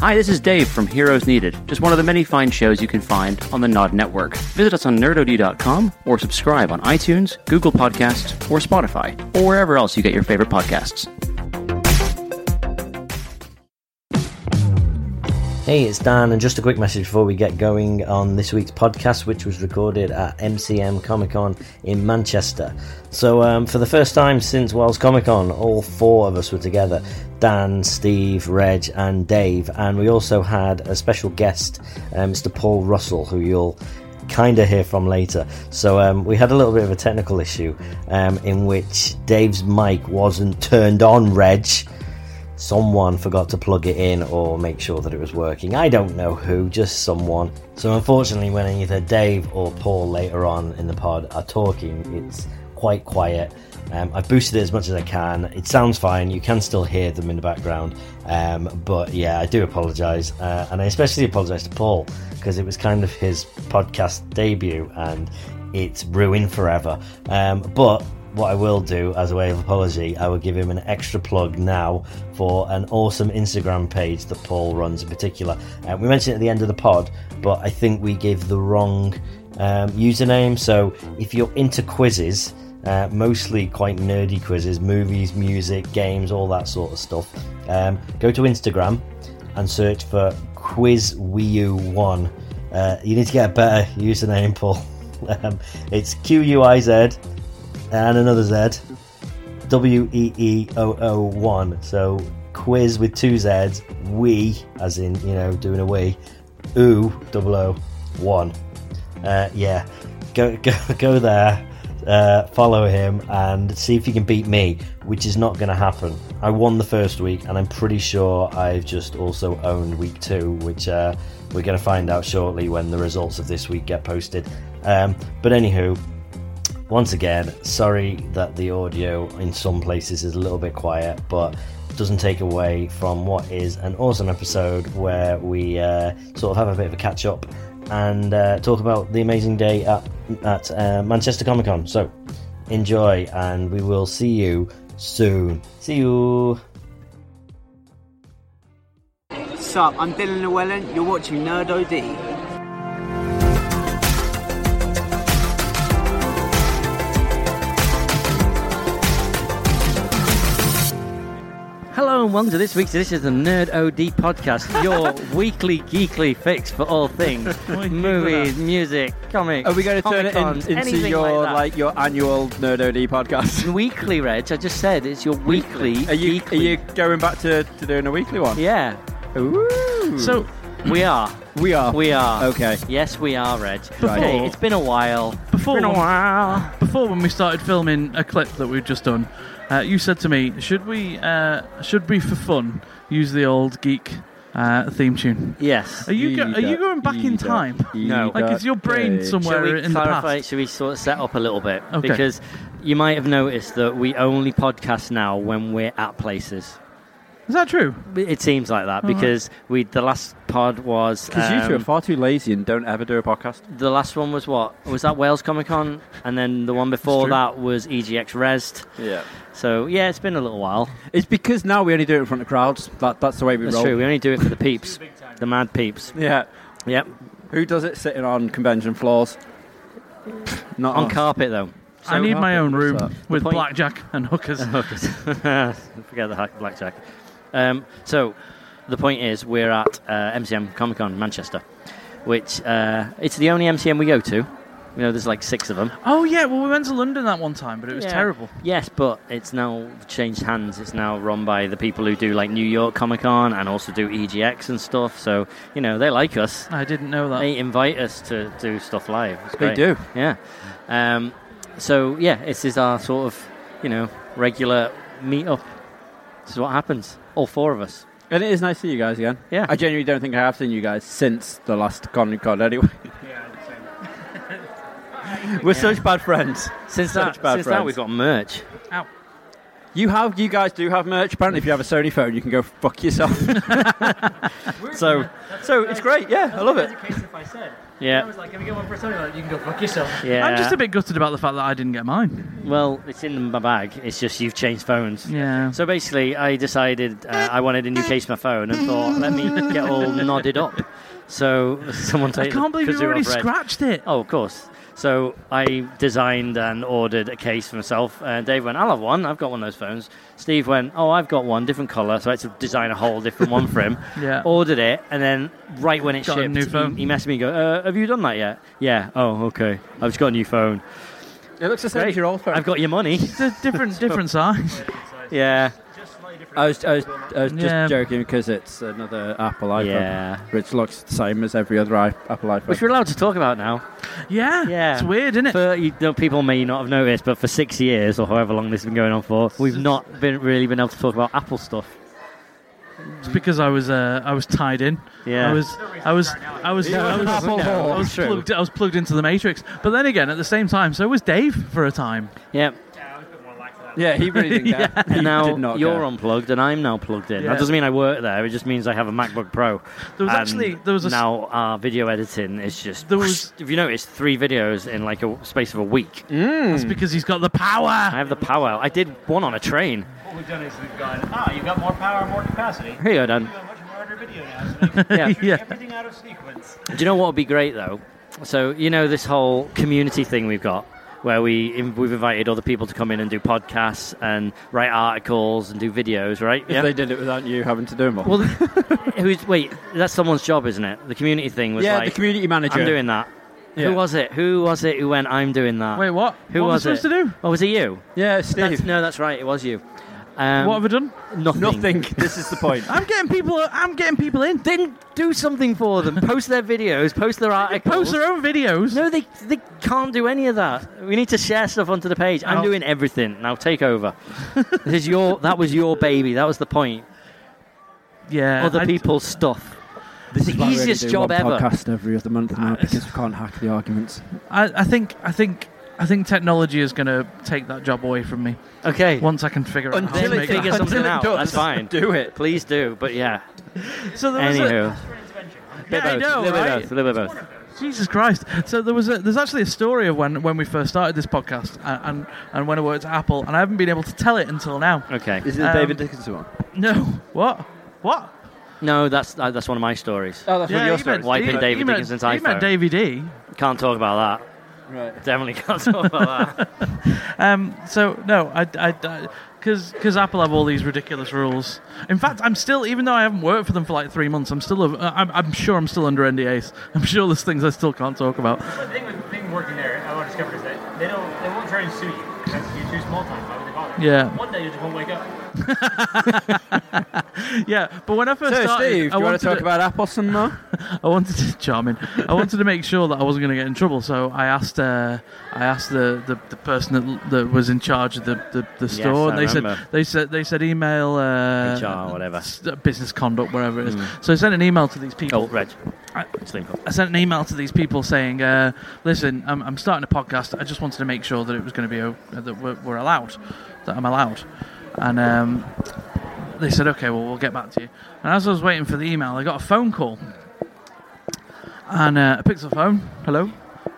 Hi, this is Dave from Heroes Needed, just one of the many fine shows you can find on the Nod Network. Visit us on nerdod.com or subscribe on iTunes, Google Podcasts, or Spotify, or wherever else you get your favorite podcasts. Hey, it's Dan, and just a quick message before we get going on this week's podcast, which was recorded at MCM Comic Con in Manchester. So, um, for the first time since Wells Comic Con, all four of us were together Dan, Steve, Reg, and Dave. And we also had a special guest, uh, Mr. Paul Russell, who you'll kind of hear from later. So um, we had a little bit of a technical issue um, in which Dave's mic wasn't turned on, Reg. Someone forgot to plug it in or make sure that it was working. I don't know who, just someone. So unfortunately, when either Dave or Paul later on in the pod are talking, it's quite quiet. Um, I've boosted it as much as I can. It sounds fine. You can still hear them in the background. Um, but yeah, I do apologise. Uh, and I especially apologise to Paul because it was kind of his podcast debut and it's ruined forever. Um, but what I will do as a way of apology, I will give him an extra plug now for an awesome Instagram page that Paul runs in particular. Uh, we mentioned it at the end of the pod, but I think we gave the wrong um, username. So if you're into quizzes, uh, mostly quite nerdy quizzes, movies, music, games, all that sort of stuff, um, go to Instagram and search for Quiz Wii U 1. Uh, you need to get a better username, Paul. um, it's Q U I Z and another Z. W E E O O 1. So quiz with two Z's. We, as in, you know, doing a we. Ooh, double O, 1. Uh, yeah, go, go, go there, uh, follow him, and see if you can beat me, which is not going to happen. I won the first week, and I'm pretty sure I've just also owned week two, which uh, we're going to find out shortly when the results of this week get posted. Um, but anywho, once again, sorry that the audio in some places is a little bit quiet, but doesn't take away from what is an awesome episode where we uh, sort of have a bit of a catch up and uh, talk about the amazing day at, at uh, Manchester Comic Con. So enjoy, and we will see you soon. See you. Sup, I'm Dylan Llewellyn. You're watching Nerd OD. Hello and welcome to this week's edition of the Nerd OD podcast, your weekly geekly fix for all things movies, music, comics. Are we going to turn it in- Comic-Cons, into anything your like, like, that. your annual Nerd OD podcast? weekly, Reg? I just said it's your weekly. Are you geekly. are you going back to, to doing a weekly one? Yeah. Ooh. So we are. we are. We Um, are. Okay. Yes, we are, Reg. Right. Hey, it's been a while. Before- Been a while. Before, when we started filming a clip that we'd just done, uh, you said to me, "Should we, uh, should we for fun use the old geek uh, theme tune?" Yes. Are you go- are Eat you up, going back in eat up, time? eat No. Like, up, is your brain bitch. somewhere Shall we in clarify? the past? Should we sort of set up a little bit? Okay. Because you might have noticed that we only podcast now when we're at places. Is that true? It seems like that because we the last pod was Because you two are um, far too lazy and don't ever do a podcast. the last one was what was that Wales Comic Con, and then the one before true. that was EGX Rest. Yeah. So yeah, it's been a little while. It's because now we only do it in front of crowds. That, that's the way we That's roll. true. We only do it for the peeps, the mad peeps. Yeah. Yep. Who does it sitting on convention floors? Not On us. carpet though. I need my how own big is room that? with point- blackjack and hookers. Hookers. Forget the hack- blackjack. Um, so, the point is, we're at uh, MCM Comic Con Manchester, which uh, it's the only MCM we go to. You know, there's like six of them. Oh yeah, well we went to London that one time, but it was Yeah. terrible. Yes, but it's now changed hands. It's now run by the people who do like New York Comic Con and also do EGX and stuff. So, you know, they like us. I didn't know that. They invite us to do stuff live. It's They great. do. Yeah. Um, so yeah, this is our sort of you know regular meet up. This is what happens. All four of us. And it is nice to see you guys again. Yeah. I genuinely don't think I have seen you guys since the last Comic Con anyway. We're such bad friends. Since that, Such since bad that friends. we've got merch. You have, you guys do have merch. Apparently, if you have a Sony phone, you can go fuck yourself. So, so it's great. Yeah, I love it. If I said, I Yeah, was like, "Can we get one for a Tony?" Like, you can go fuck yourself. yeah. I'm just a bit gutted about the fact that I didn't get mine. Well, it's in my bag. It's just you've changed phones. Yeah. So basically, I decided uh, I wanted a new case for my phone and thought, let me get all nodded up. So someone I take. can't believe you already scratched. scratched it. Oh, of course. So I designed and ordered a case for myself. And Dave went, I'll have one. I've got one of those phones. Steve went, Oh, I've got one, different colour. So I had to design a whole different one for him. Yeah. Ordered it. And then right when it Got a shipped, new phone. He, he messaged me and go, uh, Have you done that yet? Yeah. Oh, okay. I've just got a new phone. It looks the same Great. as your old phone. I've got your money. It's a different, different size. yeah. I was, I was, I was just Yeah. joking because it's another Apple iPhone, Yeah. which looks the same as every other I- Apple iPhone. Which we're allowed to talk about now. Yeah. Yeah. It's weird, isn't it? For you know, people may not have noticed, but for six years or however long this has been going on for, we've not been really been able to talk about Apple stuff. It's because I was uh, I was tied in. Yeah. I was I was I was I was, I was, I was plugged I was plugged into the matrix. But then again, at the same time, so was Dave for a time. Yeah. yeah, he really didn't care. He and now did not you're care. unplugged and I'm now plugged in. Yeah. That doesn't mean I work there. It just means I have a MacBook Pro. There And was actually there was a s- now our video editing is just. There was- Mm. if you notice, three videos in like a space of a week. that's because he's got the I power. have the power. I did one on a train. What we've done is we've gone, ah, you've got more power, and more capacity. Here you go, Dan. You've got much more in our video now, so we can Yeah. shoot Yeah. everything out of sequence. Do you know what would be great though? So you know this whole community thing we've got, where we in- we've invited other people to come in and do podcasts and write articles and do videos, right? If they did it without you having to do them all. Well, who's, wait, that's someone's job, isn't it? The community thing was yeah, like the community manager. I'm doing that. Yeah. Who was it? Who was it who went, I'm doing that? Wait, what? Who what was am I supposed it? to do? Oh, was it you? Yeah, Steve. That's, no, that's right. It was you. Um, what have I done? nothing. Nothing. this is the point. I'm getting people. I'm getting people in. Then do something for them. Post their videos. Post their articles. Post their own videos. No, they they can't do any of that. We need to share stuff onto the page. I'm I'll- doing everything now. Take over. this is your. That was your baby. That was the point. Yeah. Other Uh, I- people's stuff. This is why we only easiest do job one ever. Podcast every other month now, now because because we can't hack the arguments. I, I think. I think. I think technology is going to take that job away from me Okay. once I can figure out how Until to it make figures that. something out, that's fine. Do it. Please do. But yeah. So there was a- Anywho. Yeah, I Bit know, both, little bit right? both, little bit both. Jesus Christ! So there was a, there's actually a story of when, when we first started this podcast uh, and and when I worked at Apple, and I haven't been able to tell it until now. Okay. Is it Um, David Dickinson one? No, what? What? No, that's uh, that's one of my stories. Oh, that's you meant- Wiping you- David you meant- Dickinson's You meant E. iPhone. DVD. Can't talk about that. Right. Definitely can't talk about that. Um, so no, I because because Apple have all these ridiculous rules. In fact, I'm still even though I haven't worked for them for like three months, I'm still uh, I'm, I'm sure I'm still under NDAs. I'm sure there's things I still can't talk about. Well, the thing with the thing working there, I what I discovered is that they don't, they won't try and sue you because you're too small time. Why would they bother? Yeah. One day you just won't wake up. Yeah, but when I first So, started, Steve, I do you want wanted to talk to- about Apple some more? I wanted to, charming. I wanted to make sure that I wasn't going to get in trouble, so I asked. Uh, I asked the, the, the person that, that was in charge of the, the, the store, I and they remember. said they said they said email uh, HR or whatever. s- business conduct, whatever it is. Hmm. So I sent an email to these people. Oh, Reg. I- Sleep. I sent an email to these people saying, uh, "Listen, I'm, I'm starting a podcast. I just wanted to make sure that it was going to be o- that we're, we're allowed, that I'm allowed." And um, they said, "Okay, well, we'll get back to you." And as I was waiting for the email, I got a phone call, and uh, I picked up the phone. Hello.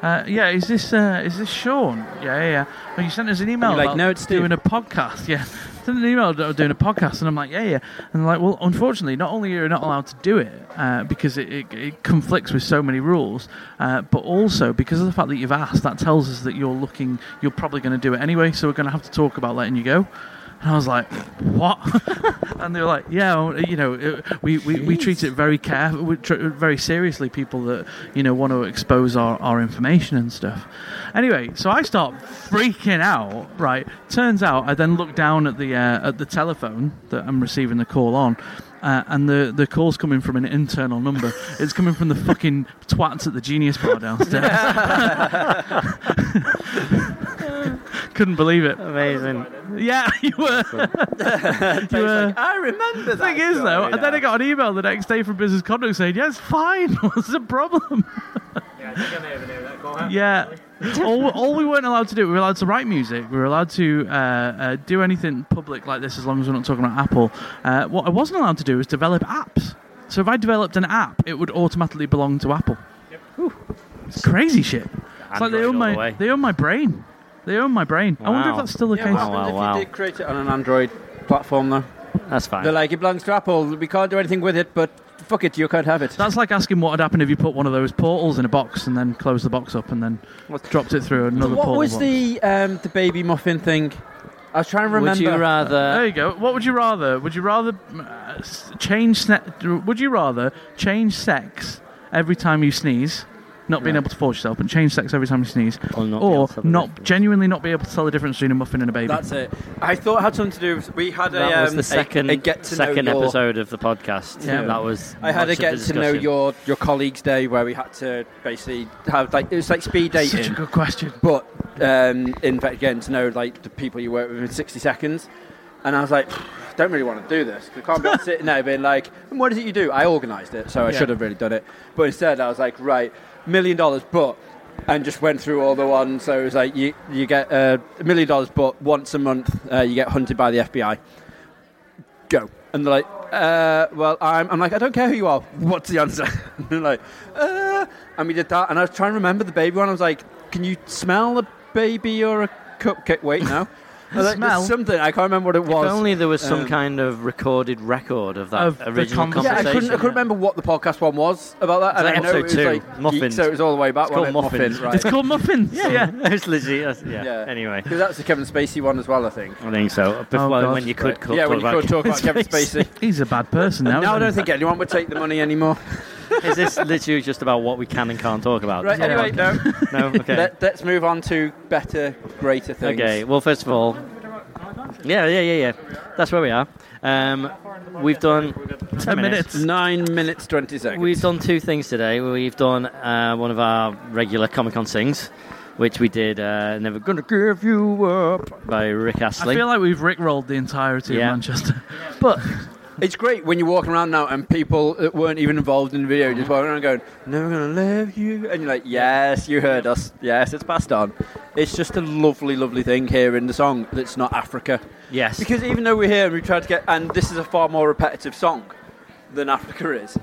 Uh, yeah, is this uh, is this Sean? Yeah, yeah, yeah. Well, you sent us an email You're like, about "No, it's Steve." doing a podcast. Yeah, sent an email about doing a podcast, and I'm like, yeah, yeah. And they're like, well, unfortunately, not only are you not allowed to do it uh, because it, it, it conflicts with so many rules, uh, but also because of the fact that you've asked, that tells us that you're looking, you're probably going to do it anyway. So we're going to have to talk about letting you go. And I was like, what? and they were like, yeah, well, you know, it- we, we, we treat it very careful, we tr- very seriously, people that, you know, want to expose our, our information and stuff. Anyway, so I start freaking out, right? Turns out I then look down at the, uh, at the telephone that I'm receiving the call on. Uh, and the, the call's coming from an internal number. It's coming from the fucking twats at the Genius Bar downstairs. Couldn't believe it. Amazing. Yeah, you were. you were. I remember that. The thing is, though, and then I got an email the next day from Business Conduct saying, "Yes, fine. What's the problem?" Yeah, I think I may have been there. That go out. Yeah. all, all we weren't allowed to do, we were allowed to write music. We were allowed to uh, uh, do anything public like this as long as we're not talking about Apple. Uh, what I wasn't allowed to do was develop apps. So if I developed an app, it would automatically belong to Apple. Whew. It's crazy shit. It's Android like they all own the my way. they own my brain. They own my brain. I wonder if Wow. that's still the Yeah, case. what happens wow, if wow. you did create it on an Android platform, though? That's fine. They're like, it belongs to Apple. We can't do anything with it, but fuck it, you can't have it. That's like asking what would happen if you put one of those portals in a box and then closed the box up and then What- dropped it through another what portal. was box. the um, the baby muffin thing? I was trying to remember. Would you There uh, rather? you go. What would you rather? Would you rather uh, s- change? Sne- would you rather change sex every time you sneeze, not being able to force yourself, and change sex every time you sneeze, Or not be able or to tell the not difference. genuinely not be able to tell the difference between a muffin and a baby? That's it. I thought it had something to do with. We had That a, was um, the second a, a get to second know your, episode of the podcast. Yeah. That was. I had much a of the get to know discussion. your, your colleagues day where we had to basically have like it was like speed such a dating, good question. but um, in fact getting to know like the people you work with in sixty seconds, and I was like, don't really want to do this 'cause I can't be out sitting there being like, "And what is it you do? I organised it, so I Yeah. should have really done it, but instead I was like, right, million dollars, but. And just went through all the ones. So it was like you, you get uh, a million dollars, but once a month uh, you get hunted by the FBI go. And they're like, uh, well, I'm, I'm like, I don't care who you are. What's the answer? and they're like, uh, and we did that. And I was trying to remember the baby one. I was like, can you smell a baby or a cupcake? Wait, no. I was like, Smell? "There's Something. I can't remember what it was. If only there was some um, kind of recorded record of that Of the original conversation. yeah, I conversation. couldn't, I couldn't remember what the podcast one was about that. It's like and I know it episode was two, like Muffins. So it was all the way back. It's wasn't called it? Muffins. right? It's called muffins. yeah. Yeah, it's legit. that's- Yeah. Yeah. Anyway, Because that's the Kevin Spacey one as well, I think. I think so. Before, God. when you could Right. talk yeah, when you about could talk about Kevin Spacey. He's a bad person now. Now I isn't don't he? think anyone would take the money anymore. Is this literally just about what we can and can't talk about? Right, This is anyway, no. all- no. Okay. Let, let's move on to better, greater things. Okay. Well, first of all, yeah, yeah, yeah, yeah. That's where we are. Um, we've done ten minutes. Nine minutes, 20 seconds. We've done two things today. We've done uh, one of our regular Comic Con sings, which we did. Uh, Never gonna give you up by Rick I Astley. feel like we've rickrolled the entirety Yeah. of Manchester. but it's great when you're walking around now and people that weren't even involved in the video just walking around going, Never gonna love you. And you're like, Yes, you heard us. Yes, it's passed on. It's just a lovely, lovely thing here in the song that's not Africa. yes, Because even though we're here and we tried to get, and this is a far more repetitive song than Africa is.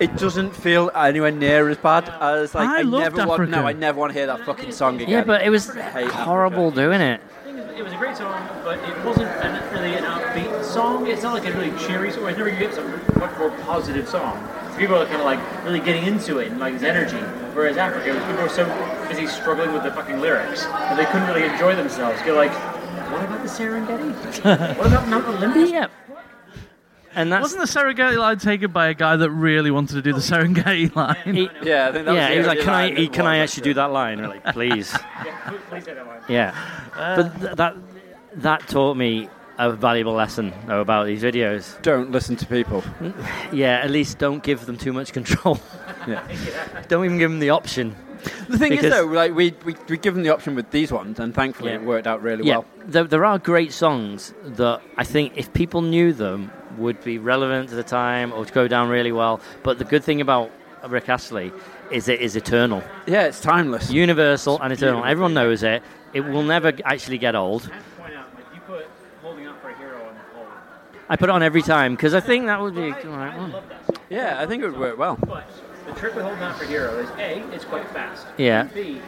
It doesn't feel anywhere near as bad as like I I, loved never want. No, Africa. I never want to hear that fucking song again. yeah, but it was Hate horrible doing it. thing is, it was a great song, but it wasn't an, really an upbeat song. It's not like a really cheery song. Whereas Never You Gives a much more positive song. People are kind of like really getting into it and like its energy. Whereas Africa, was people were so busy struggling with the fucking lyrics that they couldn't really enjoy themselves. You're like, what about the Serengeti? what about Mount Olympus? Yeah, and that's Wasn't the Serengeti line taken by a guy that really wanted to do the Serengeti line? he, Yeah, I think that was yeah. the He was like, only "Can I? e, line that Can I was actually do that line?" And I'm like, please. Yeah, please- please say that line. Yeah, but th- that that taught me a valuable lesson though, about these videos. Don't listen to people. Yeah, at least don't give them too much control. don't even give them the option. The thing is, Because- though, like we, we we give them the option with these ones, and thankfully Yeah. it worked out really Yeah, well. there, there are great songs that I think if people knew them would be relevant to the time or would go down really well. But the good thing about Rick Astley is it is eternal, Yeah, it's timeless. universal and eternal. Beautiful. Everyone knows it. It will never g- actually get old. I have to point out, like, you put Holding Up for a Hero on the whole. I put it on every time because I think that would be. I, I love that song. yeah, I think it would work well. But the trick with holding out for hero is A, it's quite fast. Yeah. And B,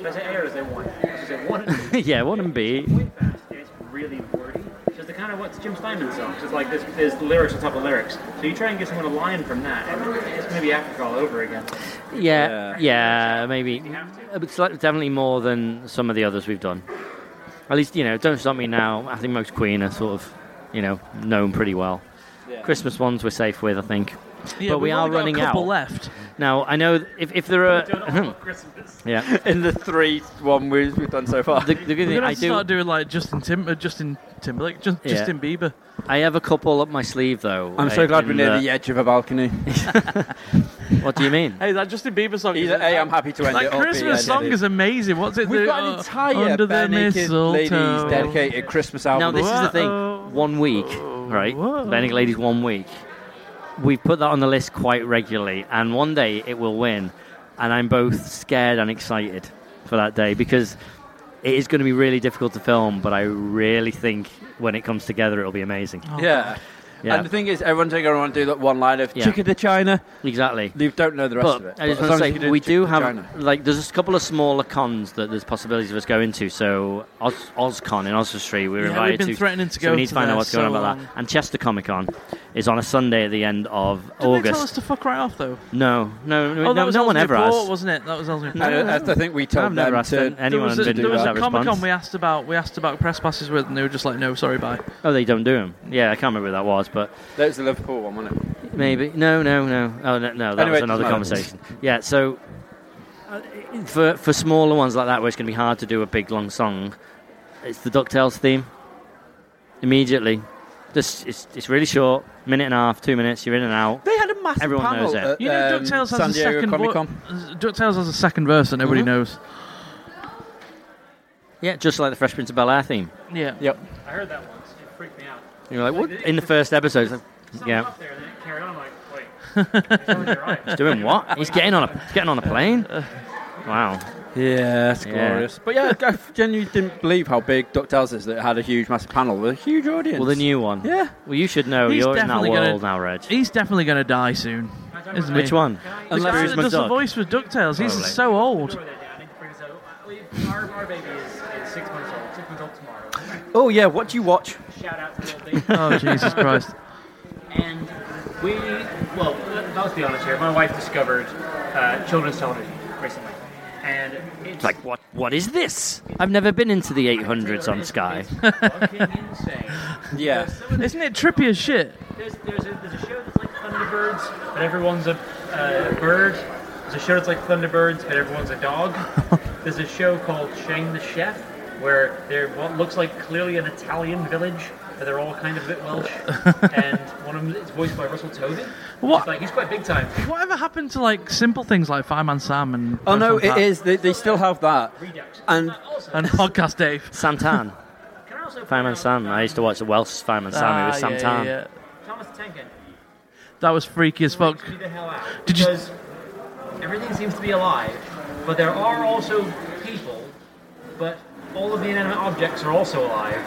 if I say errors, they won. If I say one, yeah, wouldn't be. it's quite fast. and It's really wordy. So it's the kind of what's Jim Steinman songs. It's like this, there's lyrics on top of lyrics. So you try and give someone a line from that, and it's going to be Africa all over again. Yeah, Yeah. yeah, maybe. It's like definitely more than some of the others we've done. At least, you know, Don't Stop Me Now. I think most Queen are sort of, you know, known pretty well. Yeah. Christmas ones we're safe with, I think. Yeah, but we we've are only got running a couple out. left. Now, I know th- if, if there Don't are. all of Christmas. yeah. In the three one we've, we've done so far. The, the good We're thing, gonna I have to do. start doing like Justin Tim, uh, Justin Timberlake, just, Yeah. Justin Bieber. I have a couple up my sleeve, though. I'm so uh, glad we're in near the edge of a balcony. What do you mean? Hey, that Justin Bieber song. Either A, I'm happy to end that it. or B, Christmas I song did it. is amazing. What's it? We've the, got an uh, entire under the Bare Naked mistletoe. ladies dedicated Christmas Now, album. this is the Whoa. thing. One week, right? Whoa. Benning Ladies, one week. We put that on the list quite regularly, and one day it will win. And I'm both scared and excited for that day because it is going to be really difficult to film, but I really think when it comes together, it'll be amazing. yeah. Yeah. And the thing is, everyone's going to want to do that one line of Yeah. chicken to China. exactly. They don't know the rest but of it. I just But want as long as to you say we chicken do to have China. like there's a couple of smaller cons that there's possibilities of us going to. So Oz, OzCon in Oswestry, we were Yeah, invited we've been to. threatening to so go we need to to find there out what's going so on about long. that. And Chester Comic Con is on a Sunday at the end of Did they tell us August. to fuck right off though? No, no, no, oh, that no, was no one Ellesmere ever Port, has. wasn't it? That was Ellesmere Port. And I, I think we told I've never them asked to. an- anyone there was a, been there was that a Comic Con response. we asked about. We asked about press passes with, and they were just like, "No, sorry, bye." Oh, they don't do them. Yeah, I can't remember who that was, but That was the Liverpool one, wasn't it? Maybe no, no, no. Oh no, no that Anyway, was it another doesn't matter. conversation. Yeah, so uh, for for smaller ones like that, where it's going to be hard to do a big long song, it's the Ducktales theme. Immediately, just it's it's really short, minute and a half, two minutes. You're in and out. They had a massive Everyone panel knows it. at, You know, um, Ducktales has San a Diego second. Comic vo- Con. Ducktales has a second verse that nobody Mhm. knows. Yeah, just like the Fresh Prince of Bel Air theme. Yeah. Yep. I heard that once. It freaked me out. You're like, what? In the first episode, it's like, Something yeah, up there, and then it carried on. I'm like, wait. you're right. doing what? He's getting on a he's getting on a plane. Wow. Yeah, it's Yeah. glorious. But yeah, I genuinely didn't believe how big DuckTales is that it had a huge, massive panel with a huge audience. Well, the new one. Yeah. Well, you should know. He's You're in that definitely gonna- world now, Reg. He's definitely going to die soon, isn't he? Which one? The guy Bruce that does the McDuck. voice with Ducktales. He's Probably. so old. Door there, Danny. Bring us out. We- Our, our baby is, is six months old. Six months old tomorrow. Oh yeah, what do you watch? Shout out to little baby. Oh Jesus Christ! And we, well, let- let's be honest here. My wife discovered uh, children's television recently, and it's It's like, what? What is this? I've never been into the 800s on Sky. It's fucking insane. Yeah. Isn't it trippy as shit? There's, there's, a, there's a show that's like Thunderbirds, but everyone's a uh, bird. There's a show that's like Thunderbirds, but everyone's a dog. there's a show called Shane the Chef, where there what looks like clearly an Italian village, but they're all kind of a bit Welsh. and one of them is voiced by Russell Tovey. What? He's, like, he's quite big time. Whatever happened to like simple things like Fireman Sam and Oh no, Fireman it Pat is. They, they still have that. Redux. And- Uh, also, and Podcast Dave. Santan. can I also point Fireman out, Sam. I used to watch the Welsh Fireman Sam. It was Ah, yeah, Santan. yeah, yeah. Thomas Tenken. That was freaky as fuck. freaks me the hell out. Did you- Because everything seems to be alive, but there are also people, but all of the inanimate objects are also alive.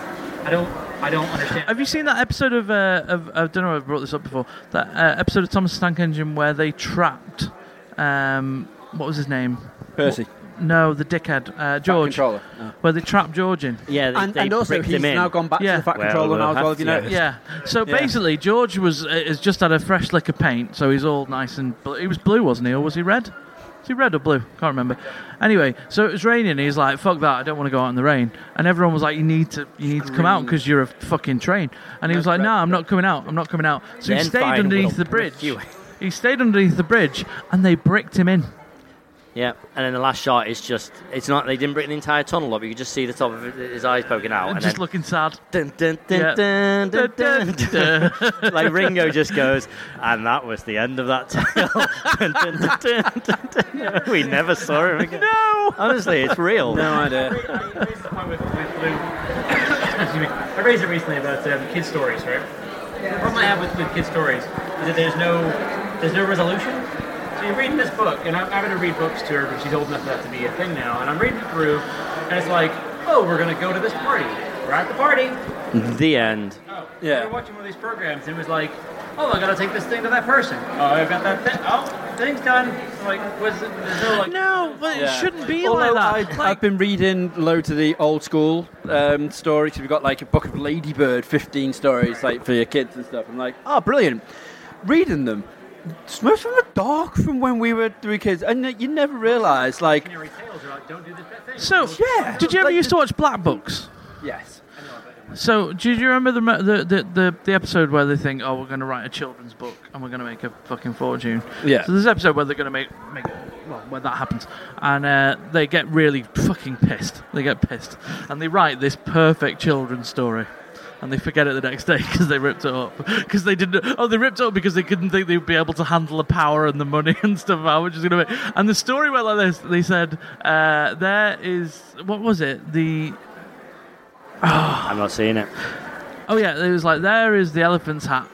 I don't, I don't understand. Have you seen that episode of, uh, of I don't know if I've brought this up before that uh, episode of Thomas the Tank Engine where they trapped um, what was his name? Percy. No, the dickhead uh, George. controller. Where they trapped George in. Yeah, they, And, they and also, bricked he's Oh. him in. now gone back Yeah. to the Fat Well, Controller we'll now as well. have Have you to, noticed? Yeah. So Yeah. basically, George was uh, has just had a fresh lick of paint, so he's all nice and bl- he was blue, wasn't he, or was he red? Was he red or blue? Can't remember. Anyway, so it was raining. and He's like, "Fuck that! I don't want to go out in the rain." And everyone was like, "You need to, you need to come out because you're a fucking train." And he was like, "Nah, I'm not coming out. I'm not coming out." So he Then stayed fine, underneath we'll the brick bridge. you. He stayed underneath the bridge, and they bricked him in. Oh, Yeah, and then the last shot is just. It's not. They didn't brick the entire tunnel up. You could just see the top of his eyes poking out. And just then, looking sad. dun, dun, dun, Yeah. dun, dun, dun, Dun, dun. dun. like Ringo just goes, and that was the end of that tunnel. Dun, dun, dun, dun, dun, dun. we never saw him again. no. Honestly, it's real. No idea. I raised the point with, with Lou. Excuse me. I raised it recently about um, kid stories, right? The problem I have with, with kid stories is that there's no there's no resolution. So you're reading this book, and I'm having to read books to her because she's old enough for that to be a thing now. And I'm reading it through, and it's like, oh, we're gonna go to this party. We're at the party. The end. Oh, Yeah. We were watching one of these programs, and it was like, oh, I gotta take this thing to that person. Oh, I've got that thing. Oh, thing's done. Like, was it, there's no like. No, but it Yeah. shouldn't be Although like that. I, Like- I've been reading loads of the old school um, stories. We've got like a book of Ladybird, 15 stories like for your kids and stuff. I'm like, oh, brilliant. Reading them. Most of them are dark from when we were three kids, and you never realise. Like, Canary tales are like, don't do this that thing. so, Yeah. did you ever Like used the- to watch Black Books? yes, So, do you remember the, mo- the, the, the, the episode where they think, oh, we're going to write a children's book and we're going to make a fucking fortune? Yeah. So, there's an episode where they're going to make, make, well, where that happens. And uh, they get really fucking pissed. They get pissed. And they write this perfect children's story. And they forget it the next day because they ripped it up. Because they didn't. Oh, they ripped it up because they couldn't think they'd be able to handle the power and the money and stuff. How much is going to be? And the story went like this. They said, uh, "There is what was it? The I'm not seeing it. Oh yeah, it was like there is the elephant's hat.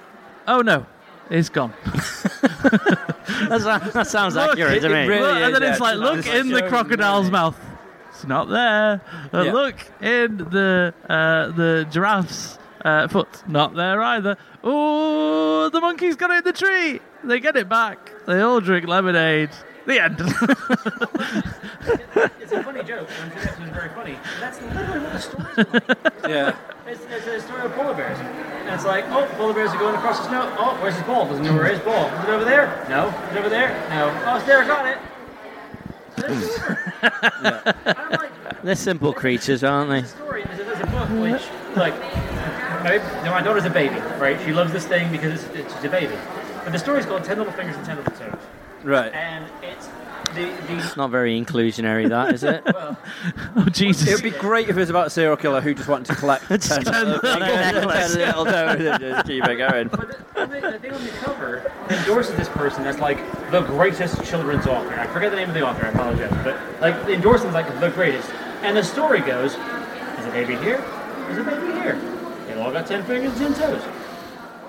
Oh no, it's gone. That sounds, that sounds Look, accurate to it- it me. really- Look, and then is, it's yeah, like it's look not- in the it's crocodile's showing mouth. It's not there. Uh, Yeah. Look in the uh, the giraffe's Uh, foot's not there either. Oh, the monkey's got it in the tree. They get it back. They all drink lemonade. The end. It's a funny joke. and I'm sure that's very funny. That's literally what the stories are like. Yeah. It's, it's a story of polar bears. And it's like, oh, polar bears are going across the snow. Oh, where's his ball? Doesn't know where his ball. Is it over there? No. Is it over there? No. Oh, it's there. Got it. It's over. I'm like, They're simple creatures, aren't There's they? a story. There's a, there's a book which, like, my, now my daughter's a baby, right? She loves this thing because it's, it's, she's a baby. But the story's called Ten Little Fingers and Ten Little Toes, Right. and it's the It's the. not very inclusionary, that is it? Well, oh, Jesus. It would be great if it was about a serial killer who just wanted to collect. ten- Just keep it going. but the, the, the thing on the cover endorses this person as like the greatest children's author. I forget the name of the author. I apologize, but like the endorsement's like the greatest. And the story goes: There's a baby here. There's a baby here. They've all got ten fingers and ten toes.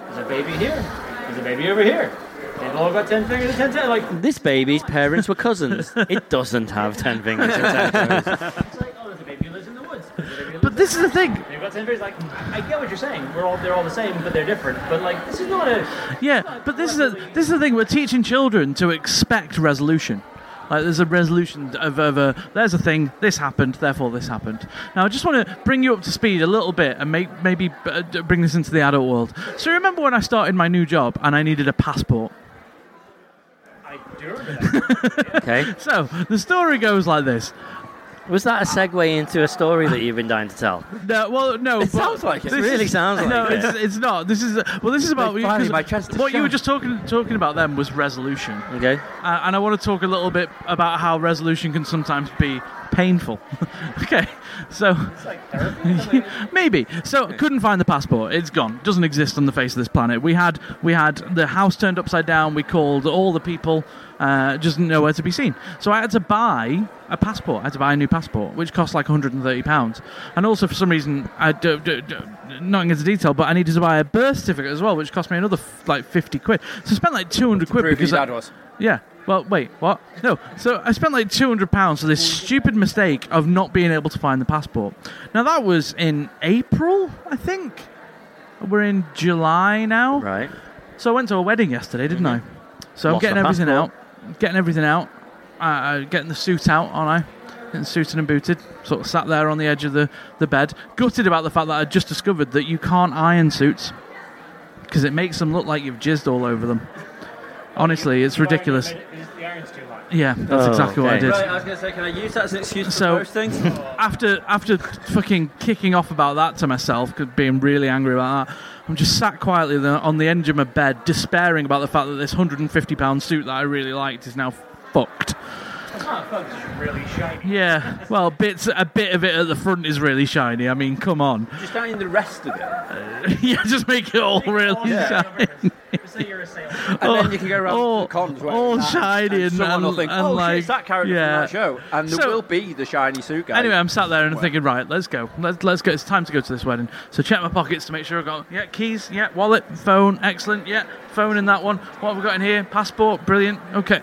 There's a baby here. There's a baby over here. They've all got ten fingers and ten toes. Like This baby's parents were cousins. It doesn't have ten fingers and ten toes. It's like, oh, there's a baby who lives in the woods. There's a baby who lives But this is the thing. They've got ten fingers. Like, I get what you're saying. We're all they're all the same, but they're different. But like, this is not a. Yeah, but this is a, this is the thing. We're teaching children to expect resolution. Like there's a resolution of, of a there's a thing. This happened, therefore this happened. Now I just want to bring you up to speed a little bit and make maybe uh, d- bring this into the adult world. So remember when I started my new job and I needed a passport. I do remember that. Okay. So the story goes like this. Was that a segue into a story that you've been dying to tell? No, well, no. It sounds like it. It really sounds like no, it. it's, it's not. This is well. This is about They finally 'cause my chance to what you were shine. just talking talking about then was resolution. Okay. Uh, and I want to talk a little bit about how resolution can sometimes be painful. okay, so It's like therapy. Something like- maybe so couldn't find the passport. It's gone. Doesn't exist on the face of this planet. We had we had the house turned upside down. We called all the people. Uh, just nowhere to be seen. So I had to buy a passport. I had to buy a new passport, which cost like 130 pounds. And also for some reason, I do, do, do, not into detail, but I needed to buy a birth certificate as well, which cost me another f- like 50 quid. So I spent like 200 quid Prove who because I- dad was. yeah. Well, wait, what? No. So I spent like two hundred pounds for this stupid mistake of not being able to find the passport. Now that was in April, I think. We're in July now. Right. So I went to a wedding yesterday, didn't I? So Mm-hmm. I'm Lost getting the everything out, passport. getting everything out, uh, uh, getting the suit out, aren't I? Getting suited and booted. Sort of sat there on the edge of the, the bed, gutted about the fact that I just discovered that you can't iron suits because it makes them look like you've jizzed all over them. Honestly, it's ridiculous. The iron's too hot. Yeah, that's Oh, exactly what I okay. did. Right, I was going to say, can I use that as an excuse for So- most things? After after fucking kicking off about that to myself, 'cause being really angry about that, I'm just sat quietly there on the edge of my bed, despairing about the fact that this 150 pound suit that I really liked is now fucked. It's not fun. It's just really shiny. Yeah, well, bits a bit of it at the front is really shiny. I mean, come on, Just down in the rest of it. And yeah, just make it all really shiny. Just say you're a salesman. Oh, then you can go around all- to the cons wearing all that, shiny and- someone will and- think, and oh, shit, like- it's that character yeah. from that show. And there So- will be the shiny suit guy. Anyway, I'm sat there and I'm thinking, right, let's go. Let's, let's go. It's time to go to this wedding. So check my pockets to make sure I've got, yeah, keys, yeah, wallet, phone, excellent, yeah, phone in that one. What have we got in here? Passport, brilliant, okay.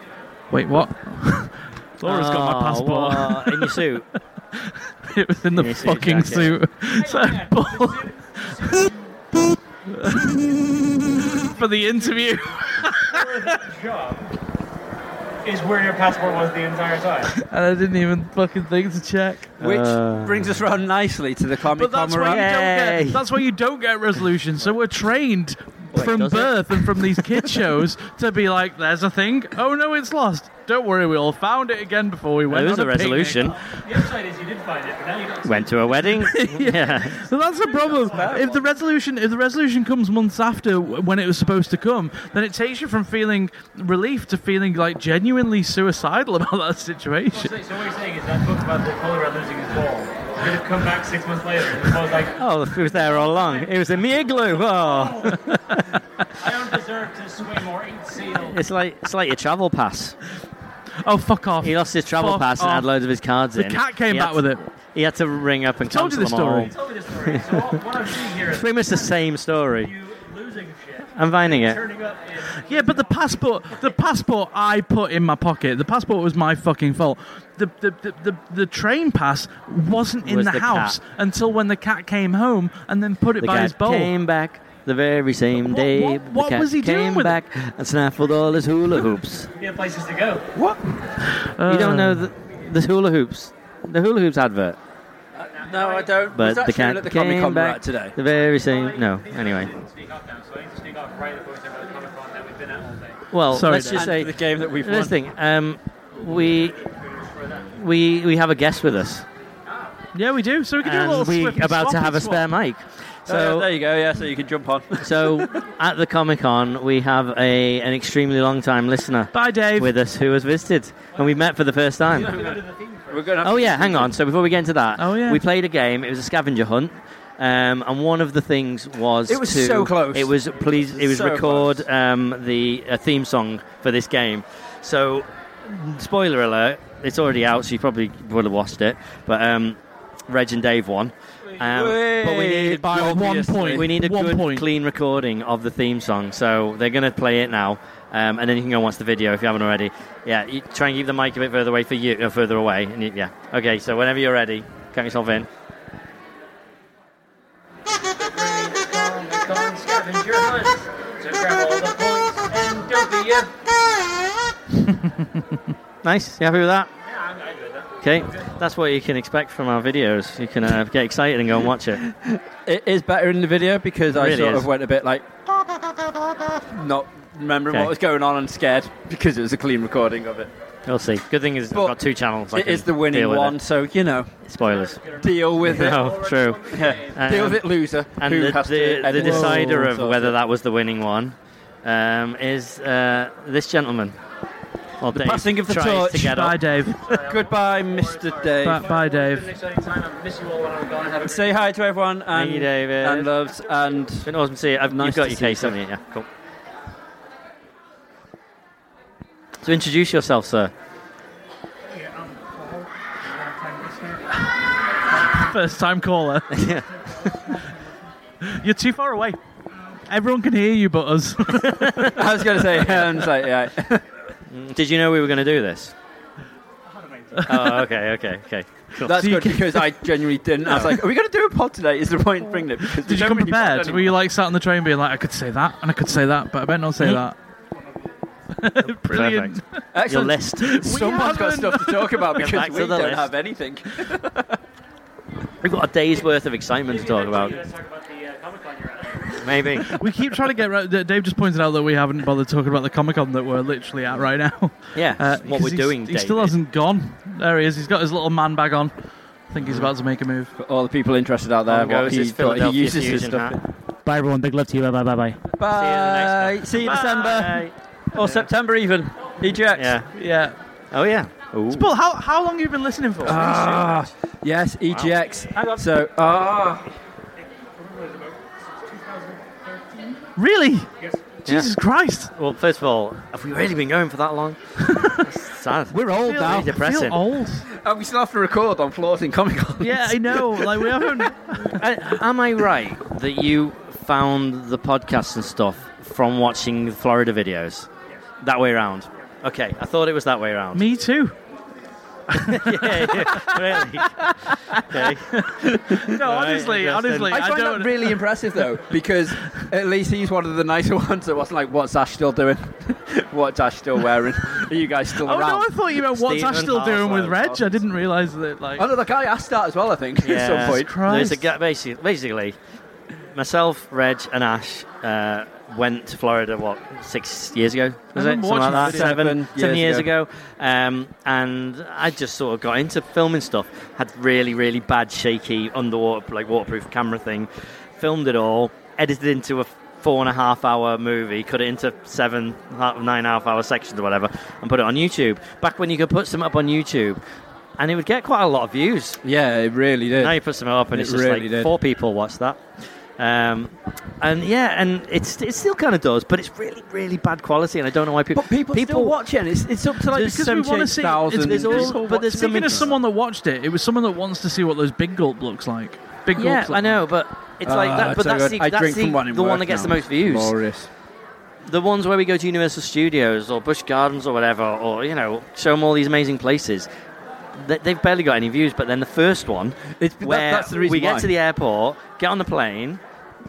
Wait, what? Laura's got my Oh, passport. well, in your suit. it was in the Yes, it's fucking jacket. suit. So I bought for the interview. job is where your passport was the entire time. And I didn't even fucking think to check. Which uh, brings us round nicely to the comic But that's why, you camera. don't Yay. get, that's why you don't get resolutions. So we're trained Wait, from does it? birth and from these kid shows to be like, "There's a thing. Oh no, it's lost. Don't worry, we all found it again before we went." There was on a a picnic." resolution. The upside is you did find it, but now you don't. Went to a wedding. yeah. So that's the problem. If the resolution, if the resolution comes months after w- when it was supposed to come, then it takes you from feeling relief to feeling like genuinely suicidal about that So, situation. so what you're saying is that book about the polar bear losing his ball could have come back six months later. And the was like, Oh, it was there all along. It was a mere glue. Oh. I don't deserve to swim or eat seal. It's like it's like your travel pass. Oh fuck off! He lost his travel Fuck pass and off. had loads of his cards The in. cat came He back had- with it. He had to ring up and Told you cancel the them all. story. Tell me the story. So what, what I'm seeing here is Pretty much the same story. you losing shit I'm finding it. Turning up in Yeah, but the passport, the passport I put in my pocket. The passport was my fucking fault. The the, the, the, the train pass wasn't in Was the, the house cat. until when the cat came home and then put it The by guy his bowl. came back the very same What- day. what- what the cat was he came doing with it? back and snaffled all his hula hoops. you know, places to go. you Uh. don't know the, the hula hoops. The hula hoops advert, No, I don't. but was the cat that shown at the Comic came Con back today. The very same. No, I anyway. didn't sneak off now, so I need to sneak off right at the boys over the Comic Con that we've been at all day. Well, Sorry, let's Dan. just say the game that we've This thing, um, we we we have a guest with us, Yeah, we do. So we can do a and little we swip and about to swap have and a spare swap. mic. So there So you go. Oh, Yeah, so you can jump on. so at the Comic Con, we have a an extremely long time listener Bye, Dave. with us who has visited, and we met for the first time. We're gonna. Oh yeah, hang on. So before we get into that, Oh, yeah. we played a game. It was a scavenger hunt, um, and one of the things was It was to- so close. It was please. It was So record close. um, the uh, theme song for this game. So, spoiler alert: it's already out, so you probably would have watched it. But um, Reg and Dave won. Um, but we need a by good- one point. we need a One good, point. clean recording of the theme song, so they're going to play it now, um, and then you can go and watch the video if you haven't already. Yeah, you try and keep the mic a bit further away for you, uh, further away, and you, yeah. Okay, so whenever you're ready, count yourself in. Con scavenger hunt. So grab all the points and don't be a. Nice. You happy with that? Yeah, I'm, I enjoyed that. Okay, that's what you can expect from our videos. You can uh, get excited and go and watch it. It is better in the video because I Really sort is. of went a bit like not remembering Okay. what was going on and scared because it was a clean recording of it. You'll see. Good thing is I've But got two channels. I it can is the deal winning with one, it. so you know, Spoilers. deal with it. No, true. Yeah. Deal Um, with it, loser. And who the, has the, to the edit it. decider Whoa, of sorted. whether that was the winning one um, is uh, this gentleman. Well, Dave passing of the tries torch to get Bye, up. Dave. Goodbye, Mr. Dave. Bye, bye, It's been an Dave. exciting time. I miss you all when I'm gone. Have a Say hi to everyone and you, David. and loves and It's been awesome to see you. I've, you've Nice got to your see you, case, sir. haven't you? Yeah, cool. So introduce yourself, sir. First time caller. You're too far away. Everyone can hear you, but us. I was going to say, um, so, yeah. Did you know we were going to do this? oh, okay, okay, okay. Cool. That's So you good can- because I genuinely didn't. I was like, are we going to do a pod today? Is the point in bringing it? Because Did you come prepared? Were you like sat on the train being like, I could say that and I could say that, but I better not say that? Brilliant. Hmm? Perfect. Your list. Someone's got haven't- stuff to talk about Get because back we to the don't list. have anything. We've got a day's worth of excitement to talk about. You guys talk about the uh, Comic Con you're at. Maybe. We keep trying to get. Ra- Dave just pointed out that we haven't bothered talking about the Comic Con that we're literally at right now. Uh, Yeah, what Uh, 'cause we're he's- doing, He still David. hasn't gone. There he is. He's got his little man bag on. I think he's about to make a move. For all the people interested out there, On goes what he, his what he Philadelphia uses his Fusion stuff. hat. in. Bye, everyone. Big love to you. Bye, bye, bye, bye. Bye. next See you in time. December or September even. E Eject. Yeah. Yeah. Uh, Oh yeah. Ooh. Paul, how, how long have you been listening for? Ah, yes, EGX. So, ah, really? Jesus Christ. Well, first of all, have we really been going for that long? That's sad. we're old Very Feel- now. I depressing. feel old. And we still have to record on Flaunting Comic Con. Yeah, I know. Like we haven't. I- am I right that you found the podcast and stuff from watching the Florida videos? That way around. Okay, I thought it was that way around. Me too. yeah, yeah, really. Okay. No, Right, honestly, interesting. honestly, I I, find don't. that really impressive though, because at least he's one of the nicer ones that wasn't like, "What's Ash still doing? What's Ash still wearing? Are you guys still Oh around?" no! I thought you meant what's Ash Stephen still doing with Parsons. Reg. I didn't realise that. Like, Oh, no, the guy asked that as well, I think, Yeah. at some point. There's a Christ. gap. Basically, basically, myself, Reg, and Ash uh, went to Florida. What six years ago? Was I it remember something like watching that? the Seven, video. seven years, Seven years ago. Um, and I just sort of got into filming stuff. Had really, really bad, shaky underwater, like waterproof camera thing. Filmed it all. Edited into a four and a half hour movie. Cut it into seven, ha- nine and a half hour sections or whatever, and put it on YouTube. Back when you could put something up on YouTube, and it would get quite a lot of views. Yeah, it really did. Now you put something up and It it's just really like did. four people watch that. Um, and yeah, and it's it still kind of does, but it's really really bad quality, and I don't know why people But people, still watch it. and It's, it's up to like There's because we want to see. It's, 78,000. there's all- all, but there's speaking something- of someone that watched it, it was someone that wants to see what those big gulp looks like. Big Yeah, gulps. I know, but it's like Ah, that. But so that's good. the, I that's drink the, from one in the one work that gets now. the most views. Glorious. the ones where we go to Universal Studios or Busch Gardens or whatever, or you know, show them all these amazing places. They, they've barely got any views. But then the first one, It's- that- where that's the reason we get why. to the airport, get on the plane.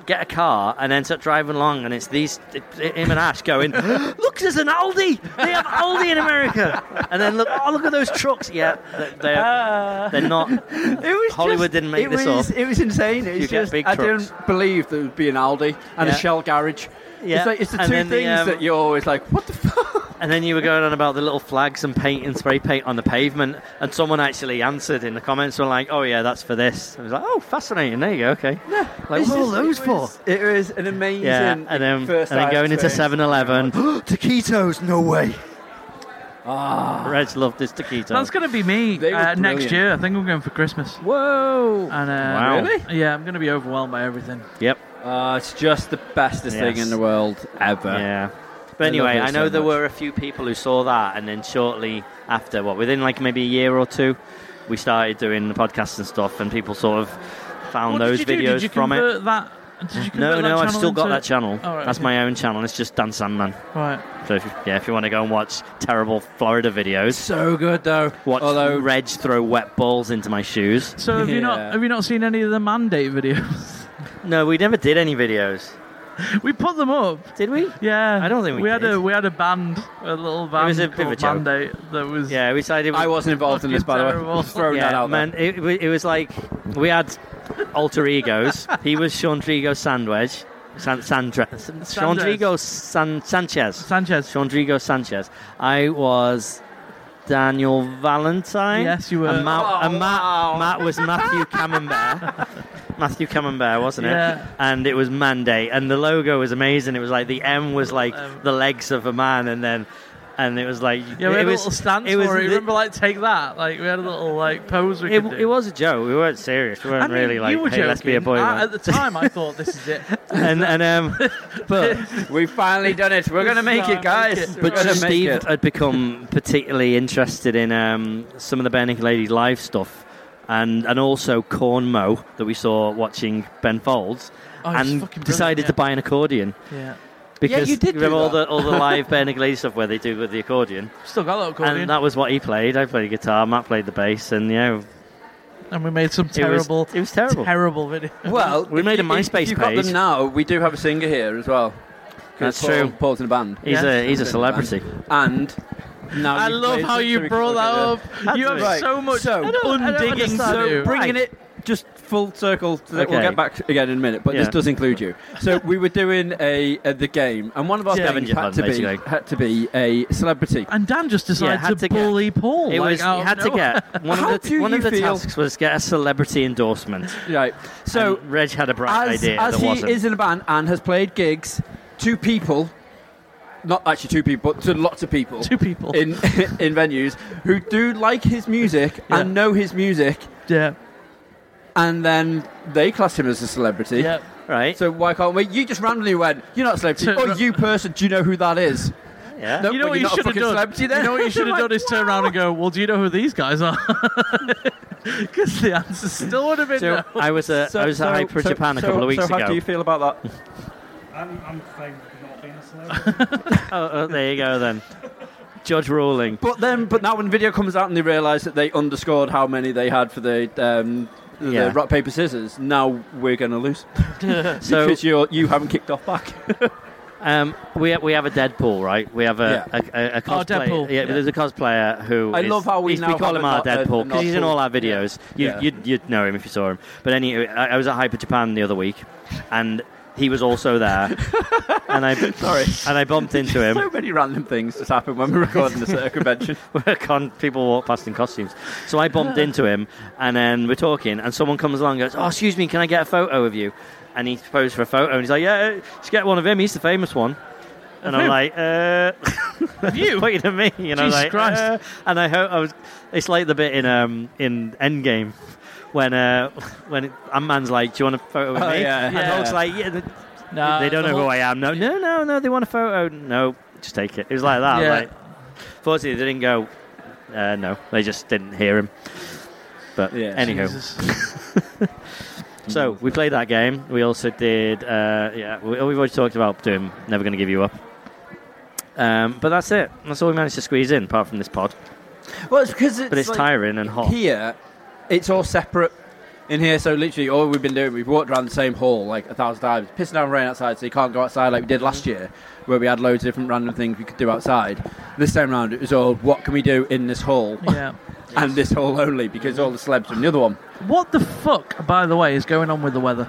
Get a car and then start driving along, and it's these it, it- him and Ash going. look, there's an Aldi. They have Aldi in America, and then look, oh, look at those trucks. Yeah, they- they're, they're not. Ah. It was Hollywood didn't make it this was, up. It was insane. It's You get just big I trucks. don't believe there would be an Aldi and Yeah. a Shell garage. Yeah. It's, like, it's the And two then things the, um, that you're always like, what the fuck? And then you were going on about the little flags and paint and spray paint on the pavement, and someone actually answered in the comments, were like, "Oh yeah, that's for this." I was like, "Oh, fascinating. There you go. Okay. like It's what are just- those it for?" was- It was an amazing Yeah, and then and first then hour going into experience. 7-Eleven, taquitos. No way. Ah, Reg loved his taquitos. That's going to be me They were uh, next brilliant. year. I think I'm going for Christmas. Whoa! And, uh, Wow. Really? Yeah, I'm going to be overwhelmed by everything. Yep. Uh, it's just the bestest thing Yes. in the world ever. Yeah. I But anyway, love it I know so there much. were a few people who saw that, and then shortly after, what, within like maybe a year or two, we started doing the podcast and stuff, and people sort of found what those did you do? videos Did you from it. convert That? Did you No, convert that no, I've channel still got into- that channel. All right, That's okay. my own channel. It's just Dan Sandman. Right. So if you, yeah, if you want to go and watch terrible Florida videos, So good though. watch Although Reg throw wet balls into my shoes. So have you Yeah. not have you not seen any of the mandate videos? No, we never did any videos, we put them up. did we? Yeah, I don't think we we had did. a we had a band, a little band was a bit of a called joke. Mandate that was Yeah, we decided. We, I wasn't involved in this, by the way. Terrible. Just throwing yeah, that out man. It, wa- it was like we had alter egos. he was Chandrigo Sandwedge, San, Sandra, Chandrigo San, Sanchez. Sanchez. Chandrigo Sanchez. I was Daniel Valentine. Yes, you were. And Matt, Oh, and Matt, wow. Matt was Matthew Camembert. Matthew Camembert, wasn't it? Yeah. And it was Mandate. And the logo was amazing. It was like the M was like Um, the legs of a man, and then. And it was like Yeah, we it had was a little stance it was for it. li- Remember, like take that. Like we had a little like pose we it, could do. it was a joke. We weren't serious. We weren't I mean, really like, you were hey, let's be a joking. boy. I- band." at the time, I thought this is it. and and um, but there. We've finally done it. We're gonna make Sorry, it, guys. make it. We're but gonna make Steve it. had become particularly interested in um, some of the Bare Naked Ladies live stuff, and and also Corn Mo that we saw watching Ben Folds, Oh, it's and fucking brilliant, decided to yeah. buy an accordion Yeah, because you did do remember all that. the all the live Bare Naked Ladies stuff where they do with the accordion, still got that accordion, and and, that was what he played. I played guitar, Matt played the bass, and yeah, we made some it was- terrible, It was terrible. terrible video. well, We made a if you- MySpace if you've got page. them now. We do have a singer here as well. That's 'Cause Paul- true. Paul's in a band. He's Yeah. a he's a celebrity. And now I you've love played how it, so we you can brought look at that it. up. You have Right. so much So- I don't- I don't undigging understand to you. do. Bring- bringing Right. it just full circle. To that. We'll Okay. get back again in a minute, but Yeah. this does include you. So we were doing a, uh the game, and one of our Yeah. things Scavenger had hunt, to be basically. had to be a celebrity. And Dan just decided had to, to get- bully Paul. It like, oh, was out you of had to nowhere. get one Oh, How of the do one of the you feel- tasks was get a celebrity endorsement. Right. So And Reg had a bright as, idea. as that he wasn't. is in a band and has played gigs to people, not actually two people, but to lots of people two people. in in venues who do like his music Yeah. and know his music, yeah, and then they class him as a celebrity. yeah. right. So why can't we? You just randomly went. You're not a celebrity. To- oh, you person. Do you know who that is? yeah. No, You know well, what you're you not a should have fucking done. celebrity You then. know what you should have Like, done is turn around and go, "Well, do you know who these guys are?" Because the answer still would have been So no. I was at I was at Hype for Japan a couple of weeks so ago. how do you feel about that? I'm, I'm fine with not being a celebrity. oh, oh, there you go then. Judge ruling. But then, but now when the video comes out and they realise that they underscored how many they had for the. Um, the Yeah. rock paper scissors. Now we're gonna lose So because you you haven't kicked off back. um, we ha- we have a Deadpool, right? We have a a, a, a Oh, cosplayer. Deadpool. Yeah, Yeah. there's a cosplayer who I is- love how we he's- now call have him a our not- a- Deadpool a because he's in Deadpool. all our videos. You, Yeah. You'd, you'd know him if you saw him. But anyway, I, I was at Hyper Japan the other week, and he was also there. and I sorry, and I bumped into him. so many random things just happen when we're recording this at a convention. work on people walk past in costumes. So I bumped into him, and then we're talking, and someone comes along and goes, "Oh, excuse me, can I get a photo of you?" And he posed for a photo, and he's like, "Yeah, uh, just get one of him. He's the famous one." And I'm who? like, uh, you? pointing at me, you know, Jesus like, Christ. "Uh," and I hope I was. It's like the bit in um in Endgame when uh when Ant Man's like, "Do you want a photo of Oh, me?" yeah. and Yeah. Hulk's like, "Yeah, the- Nah, they don't the know who whole- I am." No, no, no, no. They want a photo. No, just take it. It was like that. Yeah. Like, fortunately, they didn't go. Uh, no, they just didn't hear him. But Yeah. anywho, Jesus. so we played that game. We also did. Uh, yeah, we, we've already talked about doing "Never Gonna Give You Up." Um, but that's it. That's all we managed to squeeze in, apart from this pod. Well, it's because it's, But it's like, tiring and hot. Here, it's all separate. In here, so literally all we've been doing, we've walked around the same hall like a thousand times. Pissing down rain outside, so you can't go outside like we did last year, where we had loads of different random things we could do outside. This time round, it was all what can we do in this hall Yeah. and this hall only, because all the celebs from the other one. What the fuck, by the way, is going on with the weather?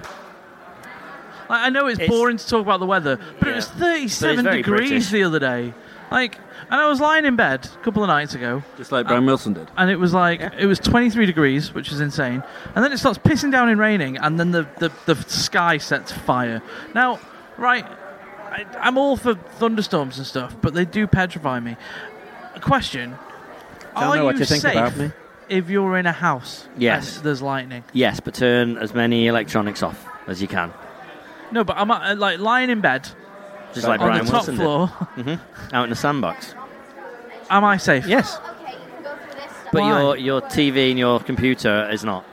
Like, I know it's, It's- boring to talk about the weather, but it Yeah. was But it's 37 very degrees British. the other day. Like, and I was lying in bed a couple of nights ago, Just like Brian Wilson did. and it was like it was 23 degrees, which is insane. And then it starts pissing down and raining, and then the the, the sky sets fire. Now, right, I, I'm all for thunderstorms and stuff, but they do petrify me. A question: Tell Are me what you you think safe about me. if you're in a house? Yes. and there's lightning. Yes, but turn as many electronics off as you can. No, but I'm uh, like lying in bed Just like on Brian the top Wilson floor. did. Out in the sandbox. Am I safe? Yes. Okay, you can go through this stuff. But Why? your your TV and your computer is not.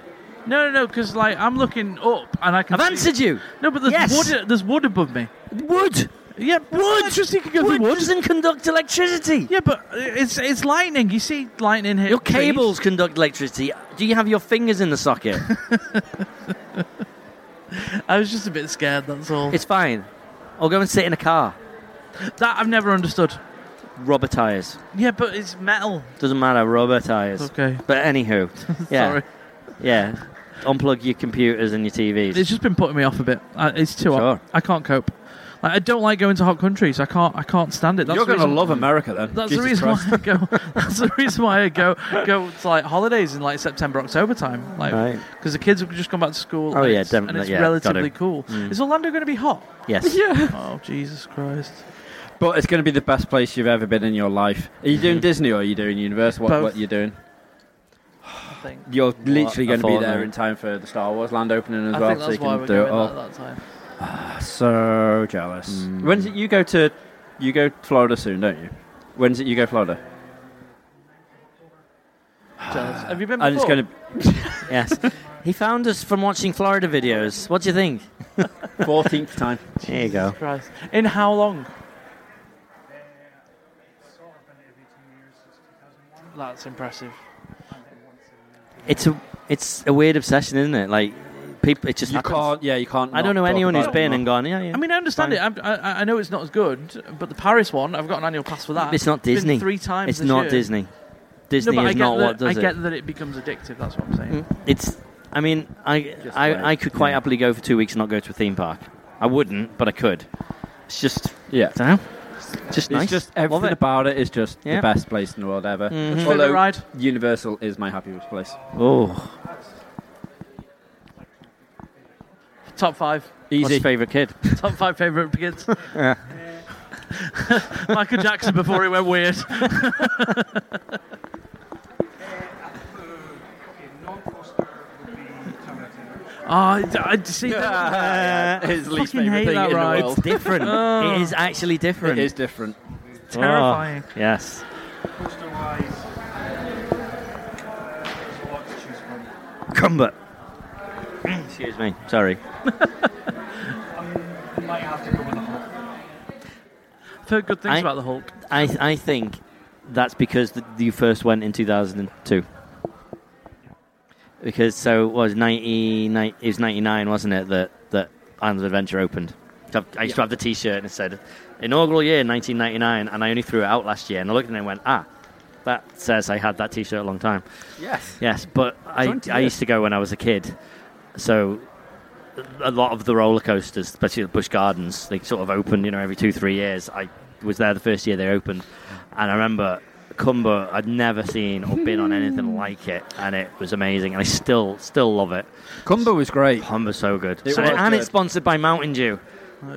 No, no, no, because like I'm looking up and I I've can. see- answered you. No, but there's Yes. wood. There's wood above me. Wood. Yeah, but Electricity can go wood through wood. doesn't conduct electricity. Yeah, but it's it's lightning. You see lightning hit Your trees. cables conduct electricity. Do you have your fingers in the socket? I was just a bit scared. That's all. it's fine. Or go and sit in a car. that I've never understood. Rubber tires. Yeah, but it's metal. Doesn't matter. Rubber tires. Okay. But anywho, yeah, Sorry, yeah. Unplug your computers and your TVs. it's just been putting me off a bit. Uh, It's too Sure. hot. I can't cope. Like, I don't like going to hot countries. I can't. I can't stand it. That's You're the going to reason- love America then. That's Jesus the reason Christ. why I go. That's the reason why I go go to like holidays in like September, October time, like Right. because the kids have just come back to school. Oh, and yeah, it's- definitely, And it's yeah, Mm. gotta. relatively cool. Is Orlando going to be hot? yes. Oh Jesus Christ! But it's going to be the best place you've ever been in your life. Are you doing Disney or are you doing Universal? What, Both. what are you doing? I think. You're literally What a going to be fortnight. there in time for the Star Wars land opening as I well, think so you that's why can we're do it going all. at that time. So jealous. When's it you go to? You go to Florida soon, don't you? When's it you go Florida? Jealous. Have you been before? And it's going Yes. He found us from watching Florida videos. What do you think? to fourteenth time. There you go. Christ. In how long? sort of been every two years since 2001. That's impressive. It's a it's a weird obsession, isn't it? Like people, it just You happens. can't. Yeah, you can't. I don't know not talk anyone who's about it been and gone. Yeah, yeah. I mean, I understand it. I'm, I, I know it's not as good, but the Paris one, I've got an annual pass for that. it's not Been Disney. three times. It's this not year. Disney. Disney no, but is I get not that, what does I it. Mm. get that it becomes addictive. That's what I'm saying. It's. I mean, I Just I, wait. I could quite Yeah. happily go for two weeks and not go to a theme park. I wouldn't, but I could. It's just. Yeah. I don't know. Just It's nice. just Love everything it. about it is just Yeah. the best place in the world ever. Mhm. What's your Although favourite ride? Universal is my happiest place. Oh, Top five. what's Easy. your favourite kid? Top five favourite kids. Michael Jackson before he went weird. Okay, non-coaster would be Tarantino. Oh, I, I see that. His least fucking hate favorite that thing in ride. the It's world. different. it is actually different. It is different. Oh, terrifying. yes. Coaster-wise, uh, there's a lot to choose from. Cumbert. Excuse me. Sorry. I might have to go with the Hulk. I've heard good things I- about the Hulk. I I think that's because th you first went in 2002. Because so it was 90, ni- it was 99, wasn't it, that, that Islands of Adventure opened? So I've- I used to have the t shirt and it said inaugural year 1999, and I only threw it out last year. And I looked at it and went, ah, that says I had that t shirt a long time. Yes. Yes, but I, 20 I years. used to go when I was a kid. So a lot of the roller coasters, especially the Busch Gardens, they sort of open, you know, every two, three years. I was there the first year they opened. And I remember Cumber, I'd never seen or been on anything like it. And it was amazing. And I still, still love it. Cumber was great. Cumber's so good. It So- was and good. it's sponsored by Mountain Dew.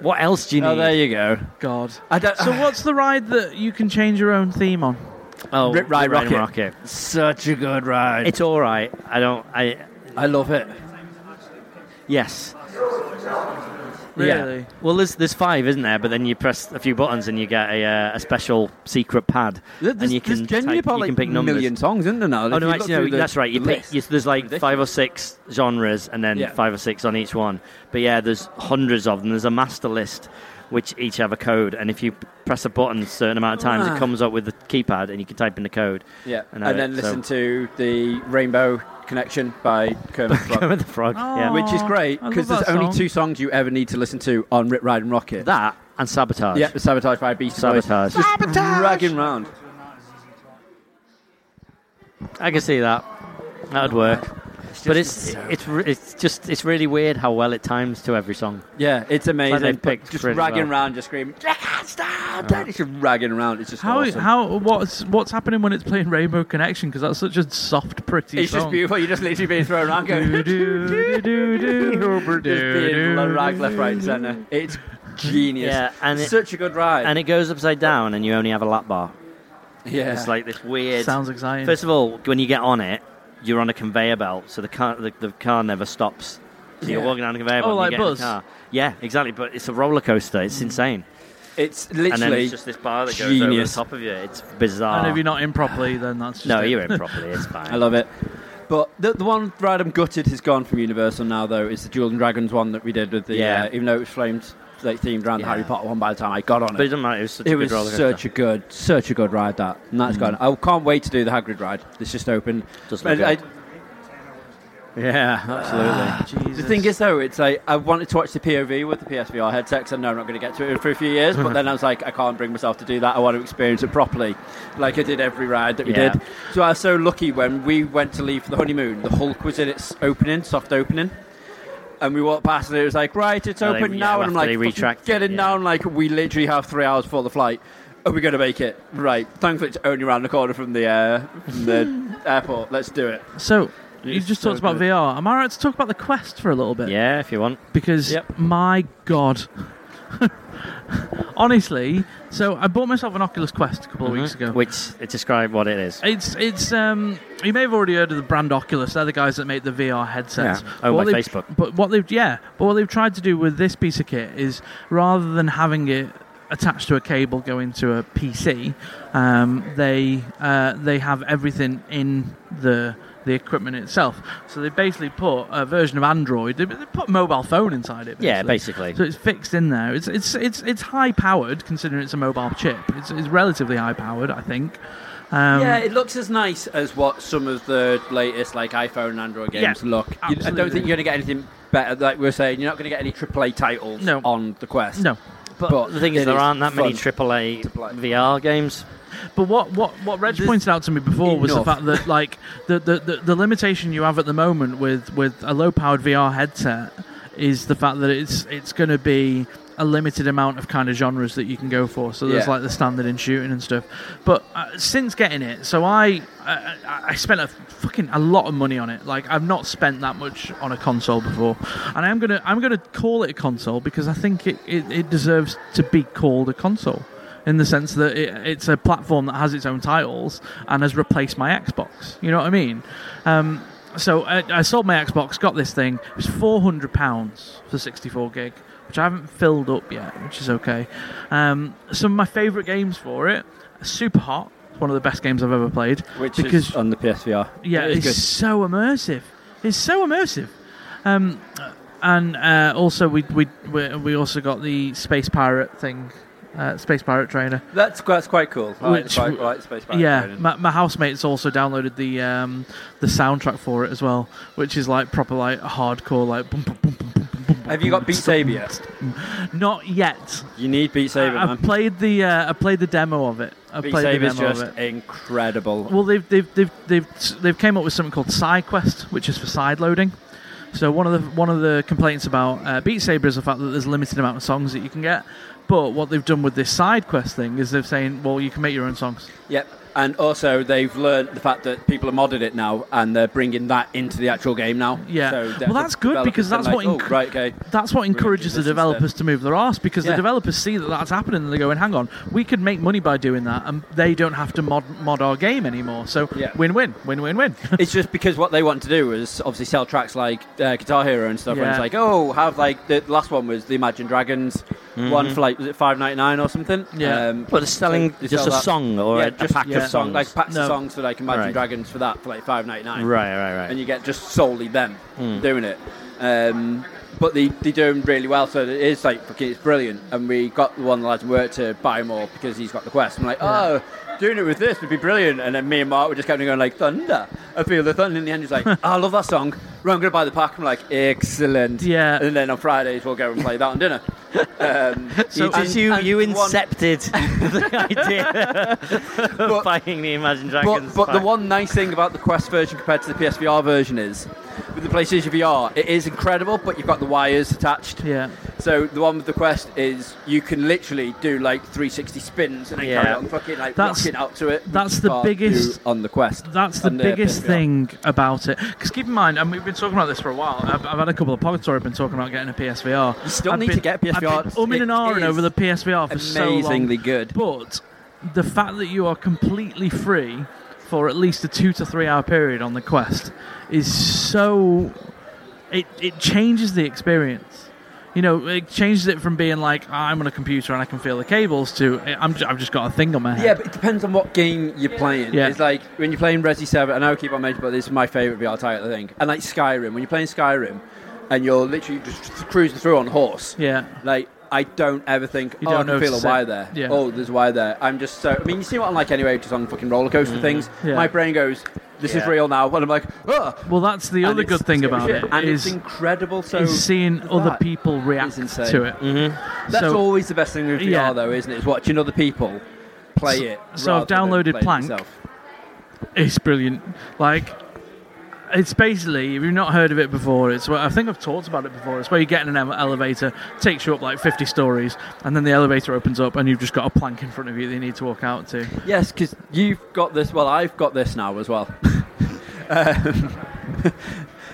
What else do you need? Oh, there you go. God. I don't. So what's the ride that you can change your own theme on? oh, Rip Ride Rip Rocket. Rocket. Such a good ride. It's all right. I don't. I I love it. yes. Really? Yeah. Well, there's there's five, isn't there? But then you press a few buttons and you get a, uh, a special secret pad, There's, and you there's can genuinely type- about you like can pick numbers. million songs, isn't there? Now, Oh no, actually, no, that's right. You pick, you, there's like Ridiculous. five or six genres, and then Yeah. five or six on each one. But yeah, there's hundreds of them. There's a master list, which each have a code. And if you press a button a certain amount of times, Ah. it comes up with the keypad, and you can type in the code. Yeah, I and, know it, then listen so- to the Rainbow Connection by Kermit the Frog, Kermit the Frog. Yeah. Oh. which is great I love because there's that only song. two songs you ever need to listen to on Rip Ride and Rocket. That and sabotage. yeah, Sabotage by Beast Sabotage. Boys. Just ragging round. I can see that. That would work. but it's it's re- it's just it's really weird how well it times to every song. Yeah, it's amazing. they've but picked Uh-huh. just really ragging well. round, just screaming, "I can't stop!" It's just ragging round. It's just How, awesome. how what's what's happening when it's playing Rainbow Connection? Because that's such a soft, pretty it's song. just beautiful. You're just literally being thrown around, going, Do, just do, do, do, do, do, being do, rag do, left, right, and centre. It's genius. Yeah, and it- such a good ride. And it goes upside down, and you only have a lap bar. yeah, It's like this do. weird. Sounds exciting. First of all, when you get on it, you're on a conveyor belt, so the car the, the car never stops. So you're Yeah. walking down a conveyor belt. Oh, and you like get in the Buzz. car. Yeah, exactly. But it's a roller coaster. It's insane. it's and then literally it's just this bar that goes over the genius. top of you. It's bizarre. and if you're not in properly, then that's just Ah. no, it. you're in properly. It's fine. I love it. But the, the one ride I'm gutted has gone from Universal now, though, is the Jewel and Dragons one that we did with the. Yeah. Uh, even though it was flamed, like, themed around Yeah. the Harry Potter one by the time I got on But it it. doesn't matter. It was such It a good was roller coaster. Mm. such a good, such a good ride that, and that's gone. I can't wait to do the Hagrid ride. It's just open. Does look And I- good. yeah, absolutely. the Jesus. thing is, though, it's like I wanted to watch the POV with the PSVR headset. 'cause I know I'm not going to get to it for a few years, but then I was like, I can't bring myself to do that. I want to experience it properly, like I did every ride that we Yeah. did. So I was so lucky when we went to leave for the honeymoon. The Hulk was in its opening, soft opening. And we walked past, and it was like, right, it's Oh, they- open yeah, now. And after I'm like, they "Fucking retract get it, in yeah. now. And like, we literally have three hours before the flight. Are we going to make it? Right. Thankfully, it's only around the corner from the, uh, from the airport. Let's do it. So you It's just so talked about good. VR. Am I right to talk about the Quest for a little bit? Yeah, if you want. Because Yep. my god. Honestly, so I bought myself an Oculus Quest a couple Mm-hmm. of weeks ago. Mm. Which it describe what it is. It's it's um you may have already heard of the brand Oculus. They're the guys that make the VR headsets. Yeah. But Owned what by they've- Facebook. But what they've yeah, but what they've tried to do with this piece of kit is rather than having it attached to a cable going to a PC, um, they uh, they have everything in the the equipment itself. So they basically put a version of Android. They, they put mobile phone inside it. Yeah, basically. So it's fixed in there. It's it's it's it's high powered considering it's a mobile chip. It's, it's relatively high powered, I think. Um, Yeah, it looks as nice as what some of the latest like iPhone and Android Yeah, games look. You- I absolutely. don't think you're going to get anything better. Like we were saying, you're not going to get any AAA titles No. on the Quest. No, But, But the thing is, it there is aren't that many fun AAA to play. VR games. but what what what Reg There's pointed out to me before was the enough. fact that like the, the, the, the limitation you have at the moment with, with a low powered VR headset is the fact that it's it's going to be a limited amount of kind of genres that you can go for. So there's Yeah. like the standard in shooting and stuff. But uh, since getting it, so I, I I- I spent a fucking a lot of money on it. Like I've not spent that much on a console before, and I'm gonna I'm gonna call it a console because I think it, it, it deserves to be called a console. In the sense that it, it's a platform that has its own titles and has replaced my Xbox. You know what I mean? Um, so I, I sold my Xbox, got this thing. It was four hundred pounds for sixty-four gig, which I haven't filled up yet, which is okay. Um, some of my favourite games for it: Super Hot, one of the best games I've ever played, Which because is on the PSVR. yeah, It is it's good. so immersive. It's so immersive. Um, and uh, also we we we we also got the space pirate thing, uh, space pirate trainer. That's quite, that's quite cool. I like, the Which spi- w- I like the space pirate Yeah, version. my, my housemates also downloaded the um, the soundtrack for it as well, which is like proper like hardcore like. Boom, boom, boom, boom, boom, boom, Have you got Beat Saber yet? Not yet. You need Beat Saber, I, man. have played the uh, I played the demo of it. I Beat played the Saber's demo just of it. incredible. Well, they've they've they've they've they've came up with something called side quest, which is for side loading. So one of the one of the complaints about uh, Beat Saber is the fact that there's a limited amount of songs that you can get. But what they've done with this side quest thing is they're saying, well, you can make your own songs. Yep. And also, they've learned the fact that people have modded it now, and they're bringing that into the actual game now. Yeah. So Well, therefore that's good, because developers that's are like, what "Oh, enc- right, okay. That's what encourages the do this instead. developers to move their ass because the Yeah. developers see that that's happening and they're going, hang on, we could make money by doing that and they don't have to mod, mod our game anymore. So Yeah. win win, win win win. it's just because what they want to do is obviously sell tracks like uh, Guitar Hero and stuff. And it's Yeah. like, oh, have like the last one was the Imagine Dragons one for like was it five ninety nine or something? Um, Yeah. But it's Mm-hmm. selling they just sell a that- song or yeah, a, just a pack yeah. of songs. like packs No. of songs for like Imagine Right. Dragons for that for like five ninety nine. right, right, right. And you get just solely them doing it. Um, but they, they do them really well. So it is like fucking, it's brilliant. And we got one of the lads who worked to buy more because he's got the quest. I'm like, oh, doing it with this would be brilliant. And then me and Mark were just kind of going like thunder. I feel the thunder. In the end, he's like, oh, I love that song. Right, I'm going to buy the pack. I'm like, excellent. Yeah. And then on Fridays we'll go and play that on dinner. Um, So- and- you, and you one- incepted the idea of But- buying the Imagine Dragons. But, but the pack. one nice thing about the Quest version compared to the PSVR version is, with the PlayStation VR, it is incredible, but you've got the wires attached. Yeah. So the one with the Quest is you can literally do like 360 spins and then Yeah. carry on fucking like That's- rocking out to it. that's which the you can't do biggest- on the Quest. That's the on biggest PSVR. thing about it. Because keep in mind, and we've been talking about this for a while. I've, I've had a couple of pockets where I've been talking about getting a PSVR. You still I've need been- to get a PSVR. I've been umming and It ahhing is over the PSVR for so long. Amazingly good. But the fact that you are completely free for at least a two to three hour period on the quest is so. It, it changes the experience. You know, it changes it from being like, "Ah, I'm on a computer and I can feel the cables to, "Eh, I'm, j- I've just got a thing on my head. Yeah, but it depends on what game you're playing. Yeah. It's like when you're playing Resi 7, and I keep on mentioning, but this is my favourite VR title, I think. And like Skyrim, when you're playing Skyrim and you're literally just cruising through on a horse, Yeah. like, I don't ever think, You oh, don't I can feel a notice wire it. there. Yeah. Oh, there's a wire there. I'm just so. I mean, you see what I'm like anyway, just on fucking roller coaster things. Mm-hmm. Yeah. My brain goes, this is Yeah. real now. And I'm like, oh. Well, that's the And other it's- good thing about it And is, it's incredible. So is seeing other that people react is insane. to it. That's so- always the best thing with VR, Yeah. though, isn't it? Is watching other people play So- it. so I've rather than downloaded playing it Plank. yourself. It's brilliant. Like, it's basically, if you've not heard of it before, it's where, I think I've talked about it before. It's where you get in an ele- elevator, takes you up like 50 stories, and then the elevator opens up, and you've just got a plank in front of you that you need to walk out to. Yes, because you've got this. Well, I've got this now as well. Um,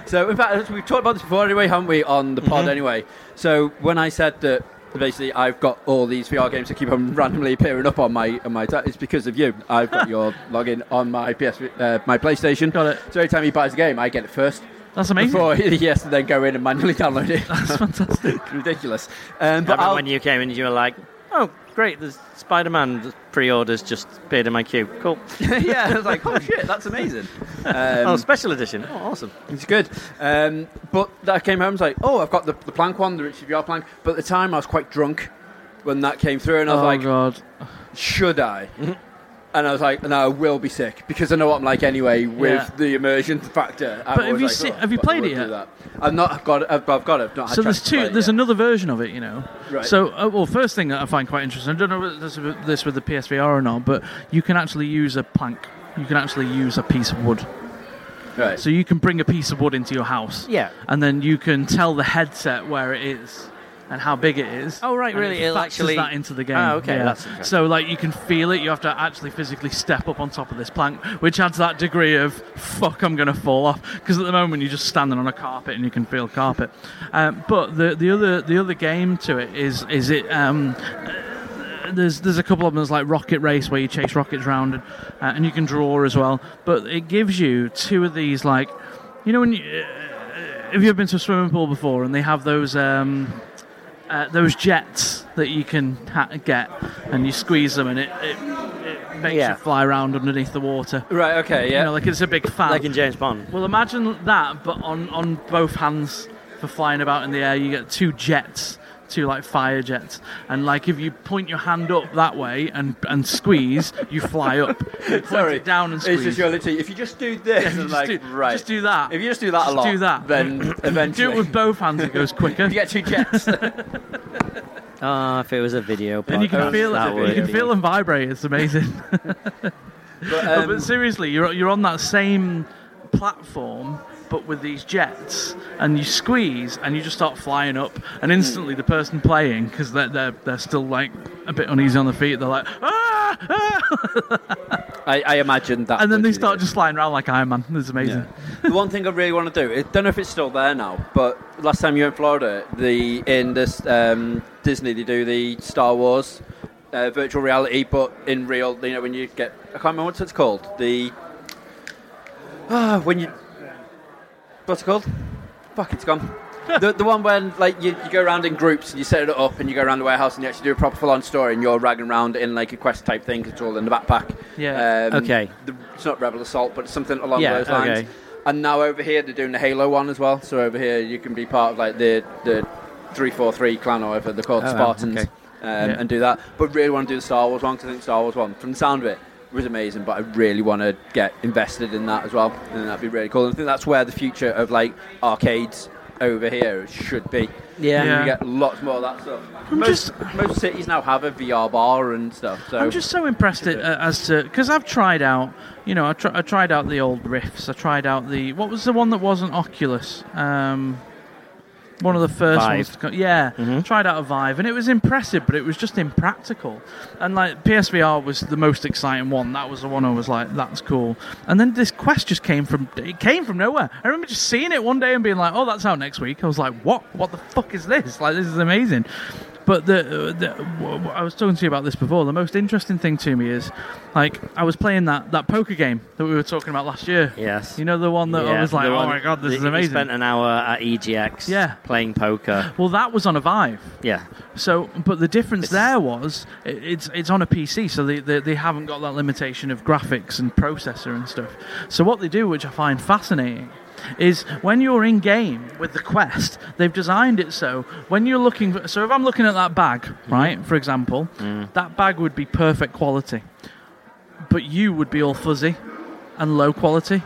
so, in fact, we've talked about this before anyway, haven't we, on the pod anyway? So, when I said that basically I've got all these VR games that keep on randomly appearing up on my on my, ta- it's because of you. I've got your login on my PS, uh, my PlayStation. Got it. So every time he buys a game, I get it first That's amazing. before he has to then go in and manually download it. That's fantastic. Ridiculous. Um, I but remember I'll, when you came in, you were like, "Oh, great! There's Spider-Man pre-orders just appeared in my queue. Cool. yeah, I was like, oh shit, that's amazing. oh, Um, special edition. Oh, awesome. It's good. Um, but I came home and was like, oh, I've got the, the plank one, the Richard Yard plank. But at the time, I was quite drunk when that came through, and I was oh, like, God. Mm-hmm. should I? And I was like, no, I will be sick because I know what I'm like anyway with Yeah. the immersion factor. I'm But have always you like, seen- "Oh, have you fuck, I played will it do yet?" that." I've not I've got it. I've, I've got it. I've not had So chance there's to two. play it There's yet. another version of it, you know. Right. So, uh, well, first thing that I find quite interesting. I don't know whether this is with- this with the PSVR or not, but you can actually use a plank. You can actually use a piece of wood. Right. So you can bring a piece of wood into your house. Yeah. And then you can tell the headset where it is and how big it is. Oh, right, and really, It it'll factors actually- that into the game. Ah, okay, yeah. that's interesting. So like you can feel it. You have to actually physically step up on top of this plank, which adds that degree of fuck, I'm gonna fall off. Because at the moment you're just standing on a carpet and you can feel carpet. Um, but the the other the other game to it is is it. Um, there's there's a couple of them that's like rocket race where you chase rockets round and, uh, and you can draw as well but it gives you two of these like you know when you uh, have you ever been to a swimming pool before and they have those um uh, those jets that you can ha- get and you squeeze them and it, it, it makes Yeah. you fly around underneath the water Right. Okay. Yeah. you know like it's a big fan Like in James Bond. well, imagine that, but on, on both hands for flying about in the air, you get two jets, two like fire jets, and like if you point your hand up that way and and squeeze, you fly up. You point Sorry. it down and squeeze. It's just your literally. If you just do this, You just and like do- right. just do that. If you just do that a Just lot, do that. then do eventually it with both hands; it goes quicker. you get two jets. Ah, if it was a video, and you can podcast, feel that it. would You can be- feel them vibrate. It's amazing. but, No, um, but seriously, you're you're on that same platform, but with these jets, and you squeeze, and you just start flying up, Hmm. and instantly the person playing, because they're, they're they're still like a bit uneasy on their feet, they're like ah, ah! I, I imagine that. and then would they be start it. just flying around like Iron Man. It's amazing. the one thing I really want to do, I don't know if it's still there now, but last time you were in Florida, the in this um, Disney they do the Star Wars uh, virtual reality, but in real, you know, when you get I can't remember what it's called. The ah, when you what's it called? Fuck, it's gone. the, the one when like you, you go around in groups and you set it up and you go around the warehouse and you actually do a proper full on story and you're ragging around in like a quest type thing 'cause it's all in the backpack. Yeah. Um, Okay. the- it's not Rebel Assault, but it's something along Yeah, those lines. okay. And now over here they're doing the Halo one as well. So over here you can be part of like the the three four three clan or whatever they're called, Oh, wow, Spartans, okay. um, Yeah. and do that. But really want to do the Star Wars one because I think Star Wars one, from the sound of it, was amazing. But I really want to get invested in that as well, and that'd be really cool. And I think that's where the future of like arcades over here should be. Yeah. Yeah. You get lots more of that stuff. I'm most, just- most cities now have a VR bar and stuff. So I'm just so impressed at, uh, as to because I've tried out, you know, I, tr- I tried out the old Rifts. I tried out the what was the one that wasn't Oculus. Um, one of the first Vive. ones, to co- yeah. Mm-hmm. Tried out a Vive, and it was impressive, but it was just impractical. And like PSVR was the most exciting one. That was the one I was like, "That's cool." And then this Quest just came from it came from nowhere. I remember just seeing it one day and being like, "Oh, that's out next week." I was like, "What? What the fuck is this? Like, this is amazing." But the, the w- w- I was talking to you about this before. The most interesting thing to me is, like, I was playing that, that poker game that we were talking about last year. Yes. You know the one that I was like, the "Oh one- my god, this the- is we amazing." spent an hour at EGX Yeah. playing poker. well, that was on a Vive. Yeah. So, but the difference It's- there was i- it's it's on a PC, so they, they they haven't got that limitation of graphics and processor and stuff. So what they do, which I find fascinating, is when you're in game with the quest, they've designed it so when you're looking. For, so if I'm looking at that bag, right, for example, that bag would be perfect quality, but you would be all fuzzy and low quality.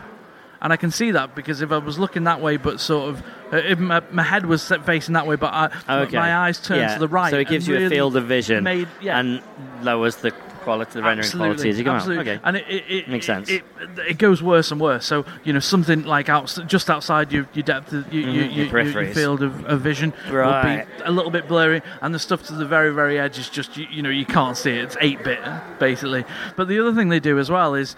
And I can see that because if I was looking that way, but sort of, uh, if my, my head was set facing that way, but I, Okay. my eyes turned Yeah. to the right. So it gives and you a really field of vision made- yeah. and lowers the quality, the rendering quality as you go absolutely. out. Okay. And it, it, it Makes it- sense. It, it goes worse and worse. So you know something like out, just outside your, your depth, of, your, your, Mhm, your your, your- your peripheries. field of, of vision, Right. will be a little bit blurry, and the stuff to the very very edge is just you, you know you can't see it. It's eight bit basically. But the other thing they do as well is.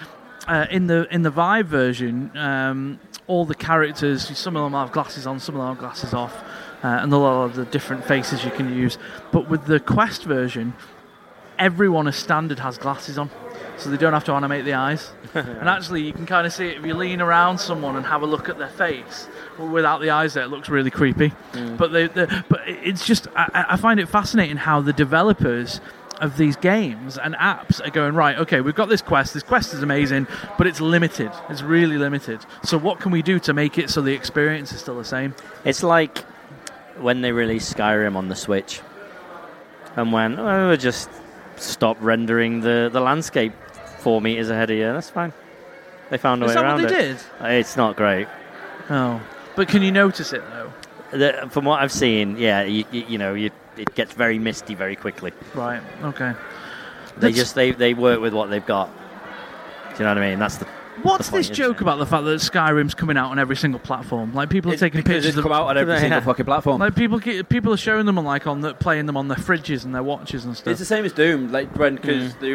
Uh, in the in the Vive version, um, all the characters, some of them have glasses on, some of them have glasses off, uh, and a lot of the different faces you can use. But with the Quest version, everyone as standard has glasses on, so they don't have to animate the eyes. and actually, you can kind of see it if you lean around someone and have a look at their face well, without the eyes. There, it looks really creepy. But they, they, but it- it's just I, I- I find it fascinating how the developers of these games and apps are going right. Okay, we've got this quest. This quest is amazing, but it's limited. It's really limited. So what can we do to make it so the experience is still the same? It's like when they released Skyrim on the Switch and when oh, just stop rendering the, the landscape four meters ahead of you. That's fine. They found a is way that around what they it. did? It's not great. Oh, but can you notice it though? The, from what I've seen, yeah, you, you, you know, you, it gets very misty very quickly. Right. Okay. They That's- just they, they work with what they've got. Do you know what I mean? That's the What's the point, this isn't joke it? about the fact that Skyrim's coming out on every single platform? Like people are It's taking because pictures it's of come out on every Yeah. single fucking platform. like people ke- people are showing them on like on the, playing them on their fridges and their watches and stuff. It's the same as Doom, like when because they,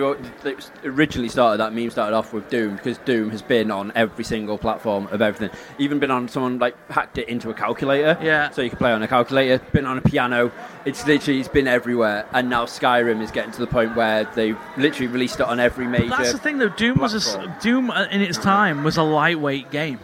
originally started that meme started off with Doom because Doom has been on every single platform of everything. Even been on someone like hacked it into a calculator, Yeah. So you can play on a calculator. Been on a piano. It's literally it's been everywhere, and now Skyrim is getting to the point where they've literally released it on every major. That's the thing though. Doom was a s- platform. Doom uh, in its time was a lightweight game.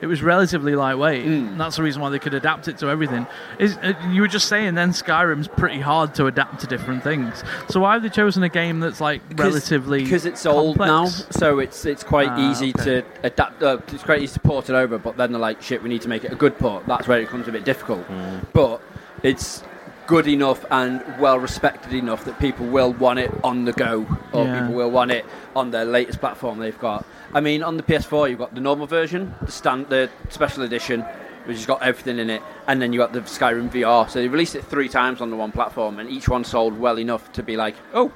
It was relatively lightweight. Hmm. And that's the reason why they could adapt it to everything. Is uh, you were just saying then Skyrim's pretty hard to adapt to different things. So why have they chosen a game that's like relatively because it's old now, complex? so it's it's quite Ah, easy okay. to adapt. Uh, it's quite easy to port it over, but then they're like, shit, we need to make it a good port. That's where it becomes a bit difficult. Hmm. But it's good enough and well respected enough that people will want it on the go, or Yeah. people will want it on their latest platform they've got. I mean, on the PS4, you've got the normal version, the stand, the special edition. Which has got everything in it, and then you got the Skyrim VR. So they released it three times on the one platform, and each one sold well enough to be like, "Oh,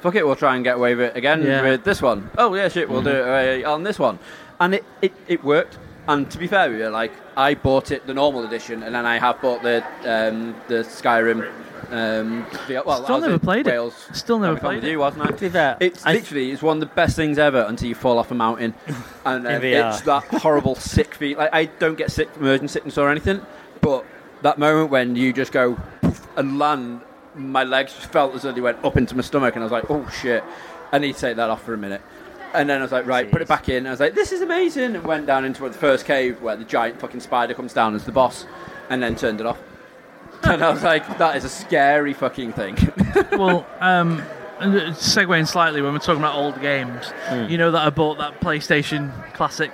fuck it, we'll try and get away with it again Yeah. Mm-hmm. with this one. Oh yeah, shit, we'll do it uh, on this one. And it, it, it worked. And to be fair with you, like I bought it the normal edition, and then I have bought the um, the Skyrim. Um, the, well, Still I was never in played it. Wales Still never Comic Con played with it. You, wasn't I? To be fair, It's I- literally it's one of the best things ever until you fall off a mountain, and then In VR. it's that horrible sick feeling. Like I don't get sick from urgent sickness or anything, but that moment when you just go poof and land, my legs just felt as though they went up into my stomach, and I was like, oh shit, I need to take that off for a minute. And then I was like, right, put it back in. I was like, this is amazing, and went down into the first cave where the giant fucking spider comes down as the boss, and then turned it off. And I was like, that is a scary fucking thing. well, um, and, uh, Hmm. segueing slightly when we're talking about old games, you know that I bought that PlayStation Classic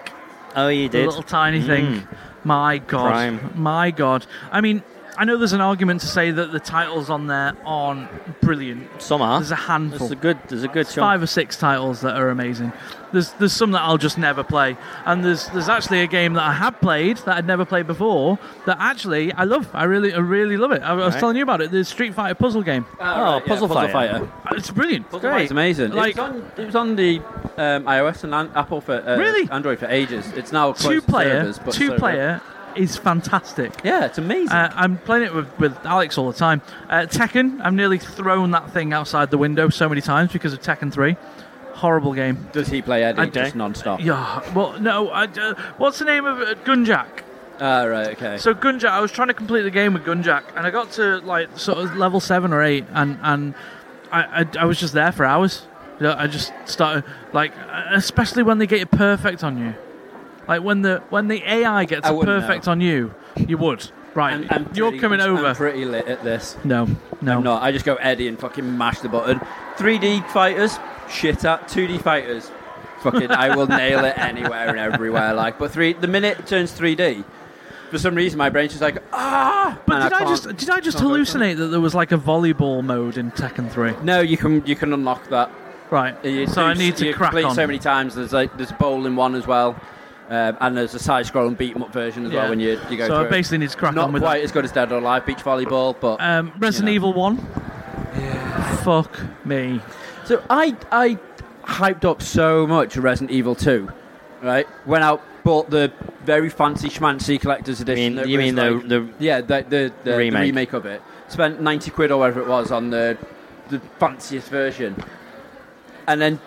Oh, you The did. little tiny thing. My God. Prime. My God. I mean, I know there's an argument to say that the titles on there aren't brilliant. Some are. There's a handful. There's a good. There's a good There's chunk. five or six titles that are amazing. There's there's some that I'll just never play, and there's there's actually a game that I have played that I'd never played before that actually I love. I really I really love it. I, I was Right. telling you about it. The Street Fighter puzzle game. Oh, Puzzle Puzzle Fighter. Fighter. It's brilliant. Puzzle Fighter's amazing. Like- it, was on, it was on the um, iOS and an- Apple for uh, Really? Android for ages. It's now closed Two to player. servers, but Two so- player is fantastic. Yeah, it's amazing. Uh, I'm playing it with, with Alex all the time. Uh, Tekken, I've nearly thrown that thing outside the window so many times because of Tekken 3. Horrible game. Does he play Eddie I- just non-stop? Yeah, well, no, I, uh, what's the name of it? Gunjack. Ah, right, okay. So Gunjack, I was trying to complete the game with Gunjack, and I got to like sort of level seven or eight, and and I I, I was just there for hours. You know, I just started like, especially when they get it perfect on you, like when the when the AI gets I it wouldn't perfect know. on you, you would right. I'm- I'm You're pretty- coming over. I'm pretty lit at this. no, no, No, I just go Eddie and fucking mash the button. 3D fighters, shit at. 2D fighters, fucking I will nail it anywhere and everywhere. Like, but three the minute it turns 3D, for some reason my brain's just like ah. But and did I, can't- just did I just can't go for it. hallucinate that there was like a volleyball mode in Tekken Three? No, you can you can unlock that. Right. You so I do- need to you crack complete on. so many times. There's like there's a bowling one as well, um, and there's a side scrolling beat 'em up version as Yeah. well when you you go. so I through it. basically need to crack not on with quite that. as good as Dead or Alive beach volleyball, but Um, Resident know. Evil One. Fuck me. So I I hyped up so much Resident Evil 2, right? Went out, bought the very fancy schmancy collector's mean- edition. that you was mean the- like- the- yeah the the, the, the Remake. remake. of it? Spent ninety quid or whatever it was on the the fanciest version, and then.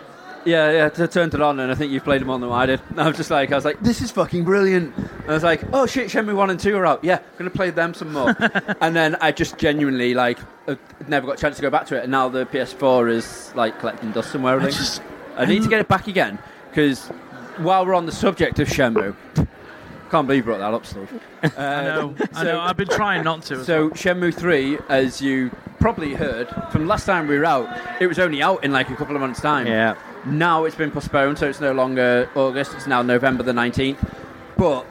Yeah, yeah. I turned it on, and I think you've played them on than I did. And I was just like, I was like, this is fucking brilliant. And I was like, oh shit, Shenmue one and two are out. Yeah, I'm gonna play them some more. and then I just genuinely like uh, never got a chance to go back to it. And now the PS4 is like collecting dust somewhere. I, I think. just I need to get it back again because while we're on the subject of Shenmue, can't believe you brought that up, Steve. Uh, I know. I know. I've been trying not to. as So Shenmue 3, as you probably heard from last time we were out, it was only out in like a couple of months' time. Yeah. Now it's been postponed, so it's no longer August. It's now November the 19th. But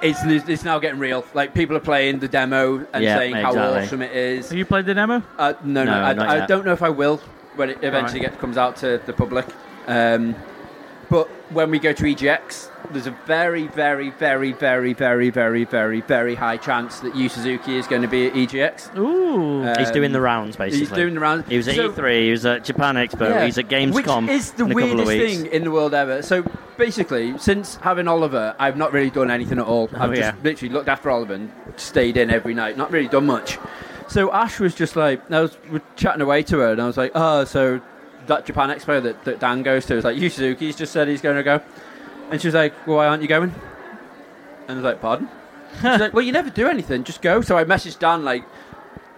it's, it's now getting real. Like people are playing the demo and Yeah, saying how exactly. awesome it is. Have you played the demo? Uh, no, no, No, not I, I yet. don't know if I will when it eventually Right. gets, comes out to the public. Um, but when we go to EGX, there's a very, very, very, very, very, very, very, very high chance that Yu Suzuki is going to be at EGX. Ooh. Uh, He's Um, doing the rounds basically. He's doing the rounds. He was at E So- E3. He was at Japan Expo. Yeah, He's at Gamescom. Which is the in a couple weirdest of weeks. thing in the world ever. So basically, since having Oliver, I've not really done anything at all. I've Oh, yeah. just literally looked after Oliver and stayed in every night. Not really done much. So Ash was just like, I was we're chatting away to her, and I was like, oh, so that Japan Expo that, that Dan goes to is like, Yu Suzuki's just said he's going to go. And she was like, well, why aren't you going? And I was like, pardon? She's like, well, you never do anything, just go. So I messaged Dan, like,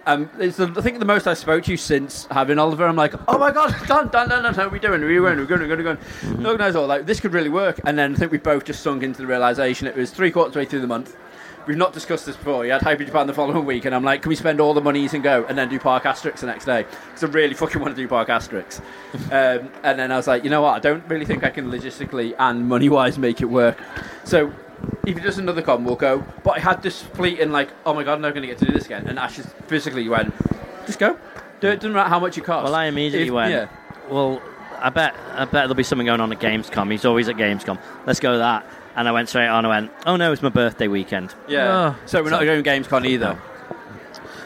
um, it's the, I think the most I spoke to you since having Oliver. I'm like, oh my god, Dan, Dan, Dan, Dan, how are we doing? Are we going? We're going, we're going, we're going. Organise all like this could really work. And then I think we both just sunk into the realization it was three quarters way through the month. We've not discussed this before. You had Hyper Japan the following week, and I'm like, can we spend all the monies and go, and then do Park Asterix the next day? Because I really fucking want to do Park Asterix. um, and then I was like, you know what? I don't really think I can logistically and money wise make it work. So if he does another con, we'll go. But I had this fleet in like, oh my god, I'm never going to get to do this again. And Ash just physically went, just go. Do it. Doesn't matter how much it costs. Well, I immediately If- went. Yeah. Well, I bet I bet there'll be something going on at Gamescom. He's always at Gamescom. Let's go to that. And I went straight on. I went. Oh no, it's my birthday weekend. Yeah. Ugh. so we're not doing Gamescon either.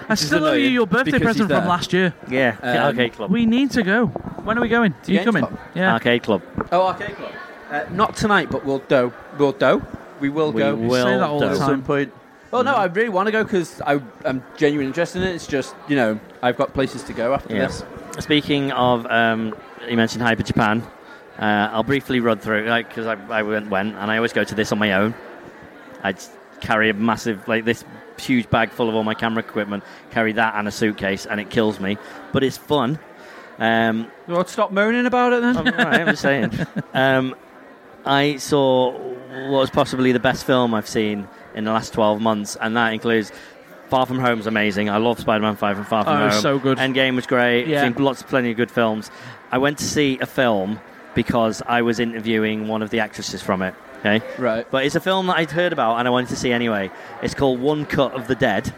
I still owe you annoying your birthday because he's present from there. last year. Yeah. Um, arcade club. We need to go. When are we going? Are you Games coming? Club. Yeah. Arcade club. Oh, Arcade Club. Uh, not tonight, but we'll do. We'll do. We will We go. will say that all the do. time. some point. Well, no, I really want to go because I'm genuinely interested in it. It's just, you know, I've got places to go after Yeah. this. Speaking of, um, you mentioned Hyper Japan. Uh, I'll briefly run through like because I, I went, went and I always go to this on my own. I just carry a massive like this huge bag full of all my camera equipment, carry that and a suitcase, and it kills me. But it's fun. Um, Well, stop moaning about it then. I'm, right, I'm just saying. Um, I saw what was possibly the best film I've seen in the last 12 months, and that includes Far From Home's amazing. I love Spider Man 5 and Far From Oh, it Home. was so good. Endgame was great. Yeah. Seen lots, plenty of good films. I went to see a film because I was interviewing one of the actresses from it. Okay. Right. But it's a film that I'd heard about and I wanted to see anyway. It's called One Cut of the Dead.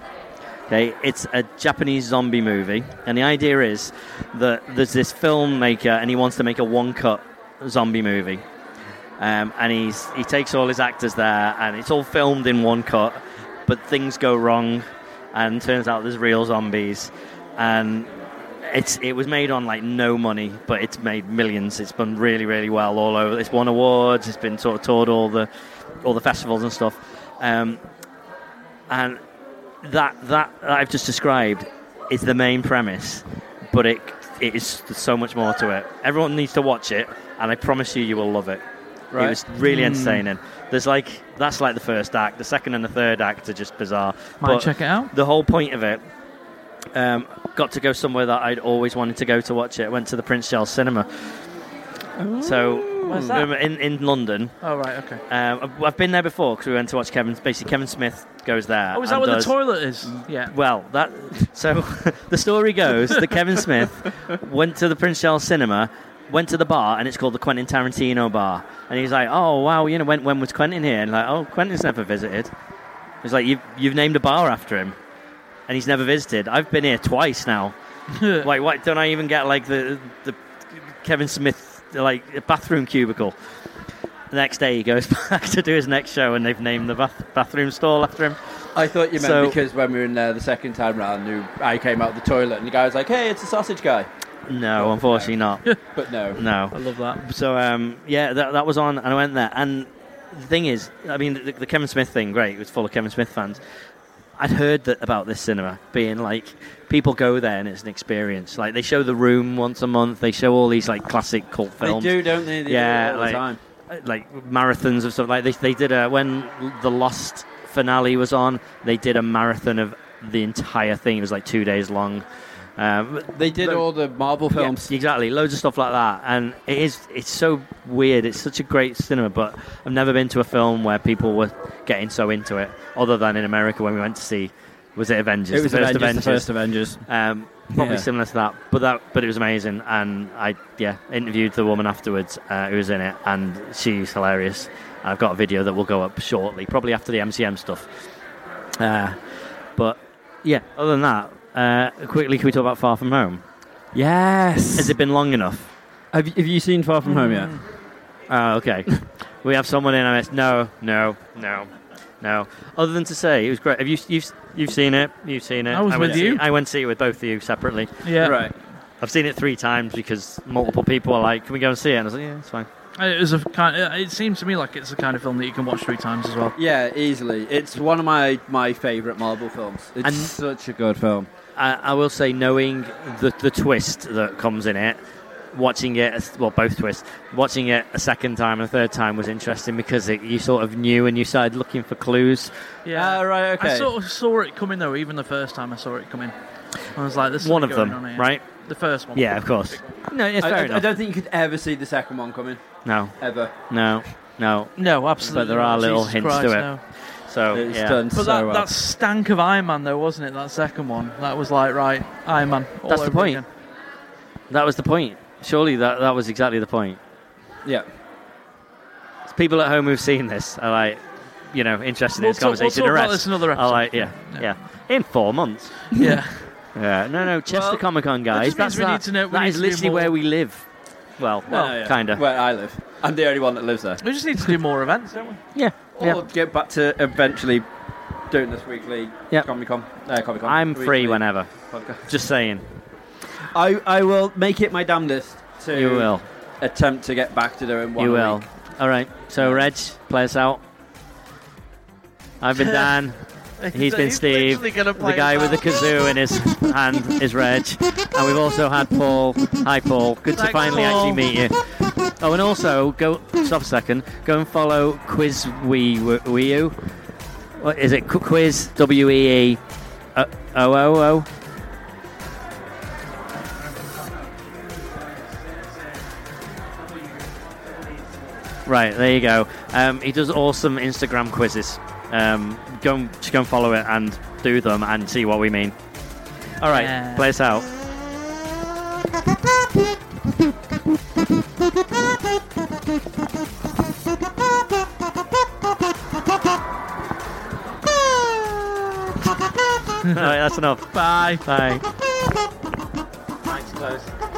Okay, it's a Japanese zombie movie, and the idea is that there's this filmmaker and he wants to make a one cut zombie movie. Um, and he's, he takes all his actors there, and it's all filmed in one cut, but things go wrong, and turns out there's real zombies. And it's it was made on like no money, but it's made millions. It's done really, really well all over. It's won awards. It's been sort of toured all the all the festivals and stuff. Um, and that that I've just described is the main premise, but it it is there's so much more to it. Everyone needs to watch it, and I promise you, you will love it. It Right. was really entertaining. There's like that's like the first act. The second and the third act are just bizarre. Might But- check it out. the whole point of it um, got to go somewhere that I'd always wanted to go to watch it. Went to the Prince Charles Cinema. So remember in in London, Oh right, okay. um, I've- I've been there before because we went to watch Kevin. Basically, Kevin Smith goes there. Oh, is that and where the does- toilet is? Yeah. Well, that so the story goes that Kevin Smith went to the Prince Charles Cinema, went to the bar, and it's called the Quentin Tarantino Bar. And he's like, "Oh wow, you know when when was Quentin here?" And like, "Oh, Quentin's never visited." It's like you've you've named a bar after him, and he's never visited. I've been here twice now. like, why don't I even get like the the Kevin Smith like bathroom cubicle? The next day, he goes back to do his next show, and they've named the bath- bathroom stall after him. I thought you meant So- because when we were in there the second time round, you- I came out of the toilet and the guy was like, "Hey, it's a sausage guy," No, unfortunately not. but no. No. I love that. So um, yeah, that, that was on, and I went there. And the thing is, I mean, the, the Kevin Smith thing, great. It was full of Kevin Smith fans. I'd heard that about this cinema being like people go there and it's an experience. Like they show the room once a month. They show all these like classic cult films. They do, don't they? They do Yeah, it all like- the time. Uh, like marathons of stuff. Like they they did a when the Lost finale was on. They did a marathon of the entire thing. It was like two days long. Um, They did Look- all the Marvel films. yeah, exactly, loads of stuff like that, and it is it's so weird. It's such a great cinema, but I've never been to a film where people were getting so into it, other than in America when we went to see was it Avengers? It was the first Avengers, the first Avengers. Um, probably Yeah. similar to that, but that but it was amazing, and I yeah interviewed the woman afterwards uh, who was in it, and she's hilarious. I've got a video that will go up shortly, probably after the MCM stuff. Uh, but yeah, other than that, uh, quickly can we talk about Far From Home? Yes. Has it been long enough? have, have you seen Far From Home yet? Oh, okay. we have someone in MS. No, no, no, no. Other than to say, it was great. Have you you've you've seen it? You've seen it. I was went with to you. see- I went to see it with both of you separately. Yeah. Right. I've seen it three times because multiple people are like, "Can we go and see it?" And I was like, "Yeah, it's fine." It was a kind. it seems to me like it's the kind of film that you can watch three times as well. Yeah, easily. It's one of my, my favourite Marvel films. It's And- such a good film. I, I will say, knowing the the twist that comes in it, watching it as- well, both twists, watching it a second time and a third time was interesting because it, you sort of knew and you started looking for clues. Yeah. Uh, Ah, right, okay. I sort of saw it coming though. Even the first time I saw it coming, I was like, "There's One of something them, going on here. right? The first one. Yeah, of course. No, it's I, fair I- I enough. don't think you could ever see the second one coming. no, Ever. no, no. No, absolutely. there are not. little Jesus hints Christ, to it. no. So uh, It's Oh. yeah. done But so that, well. that stank of Iron Man though, wasn't it? That second one. That was like right, Iron Man. all That's the over point. again. That was the point. Surely that, that was exactly the point. Yeah. People at home who've seen this are like, you know, interested in We'll this talk- we'll conversation. talk the about rest this another are like, yeah, episode. yeah, In four months. Yeah. Yeah. No, no. Chester Well, Comic Con guys. just means That's we that. need to know- we that need is to do literally more. where we live. Well, No, well, no, yeah. kinda. Where I live. I'm the only one that lives there. we just need to do more events, don't we? yeah. yeah. We'll get back to eventually doing this weekly Yeah. Comic Con. Uh, Comic Con. I'm free Weekly whenever. podcast. Just saying. I, I will make it my damnedest to You will. attempt to get back to doing one You a will. week. All right. So Reg, play us out. I've been Dan. He's been Steve. literally gonna The play guy us with the out. kazoo in his hand is Reg. And we've also had Paul. Hi, Paul. Good to Thanks, finally Paul. actually meet you. Oh, and also, go stop a second. Go and follow Quiz Wee Wee You. What is it? Qu- Quiz W E E O O O. Right, there you go. Um, he does awesome Instagram quizzes. Um, go, and, just go and follow it and do them and see what we mean. All right, Yeah. play us out. Thank you. All right, that's enough. Bye. Bye. Thanks, close.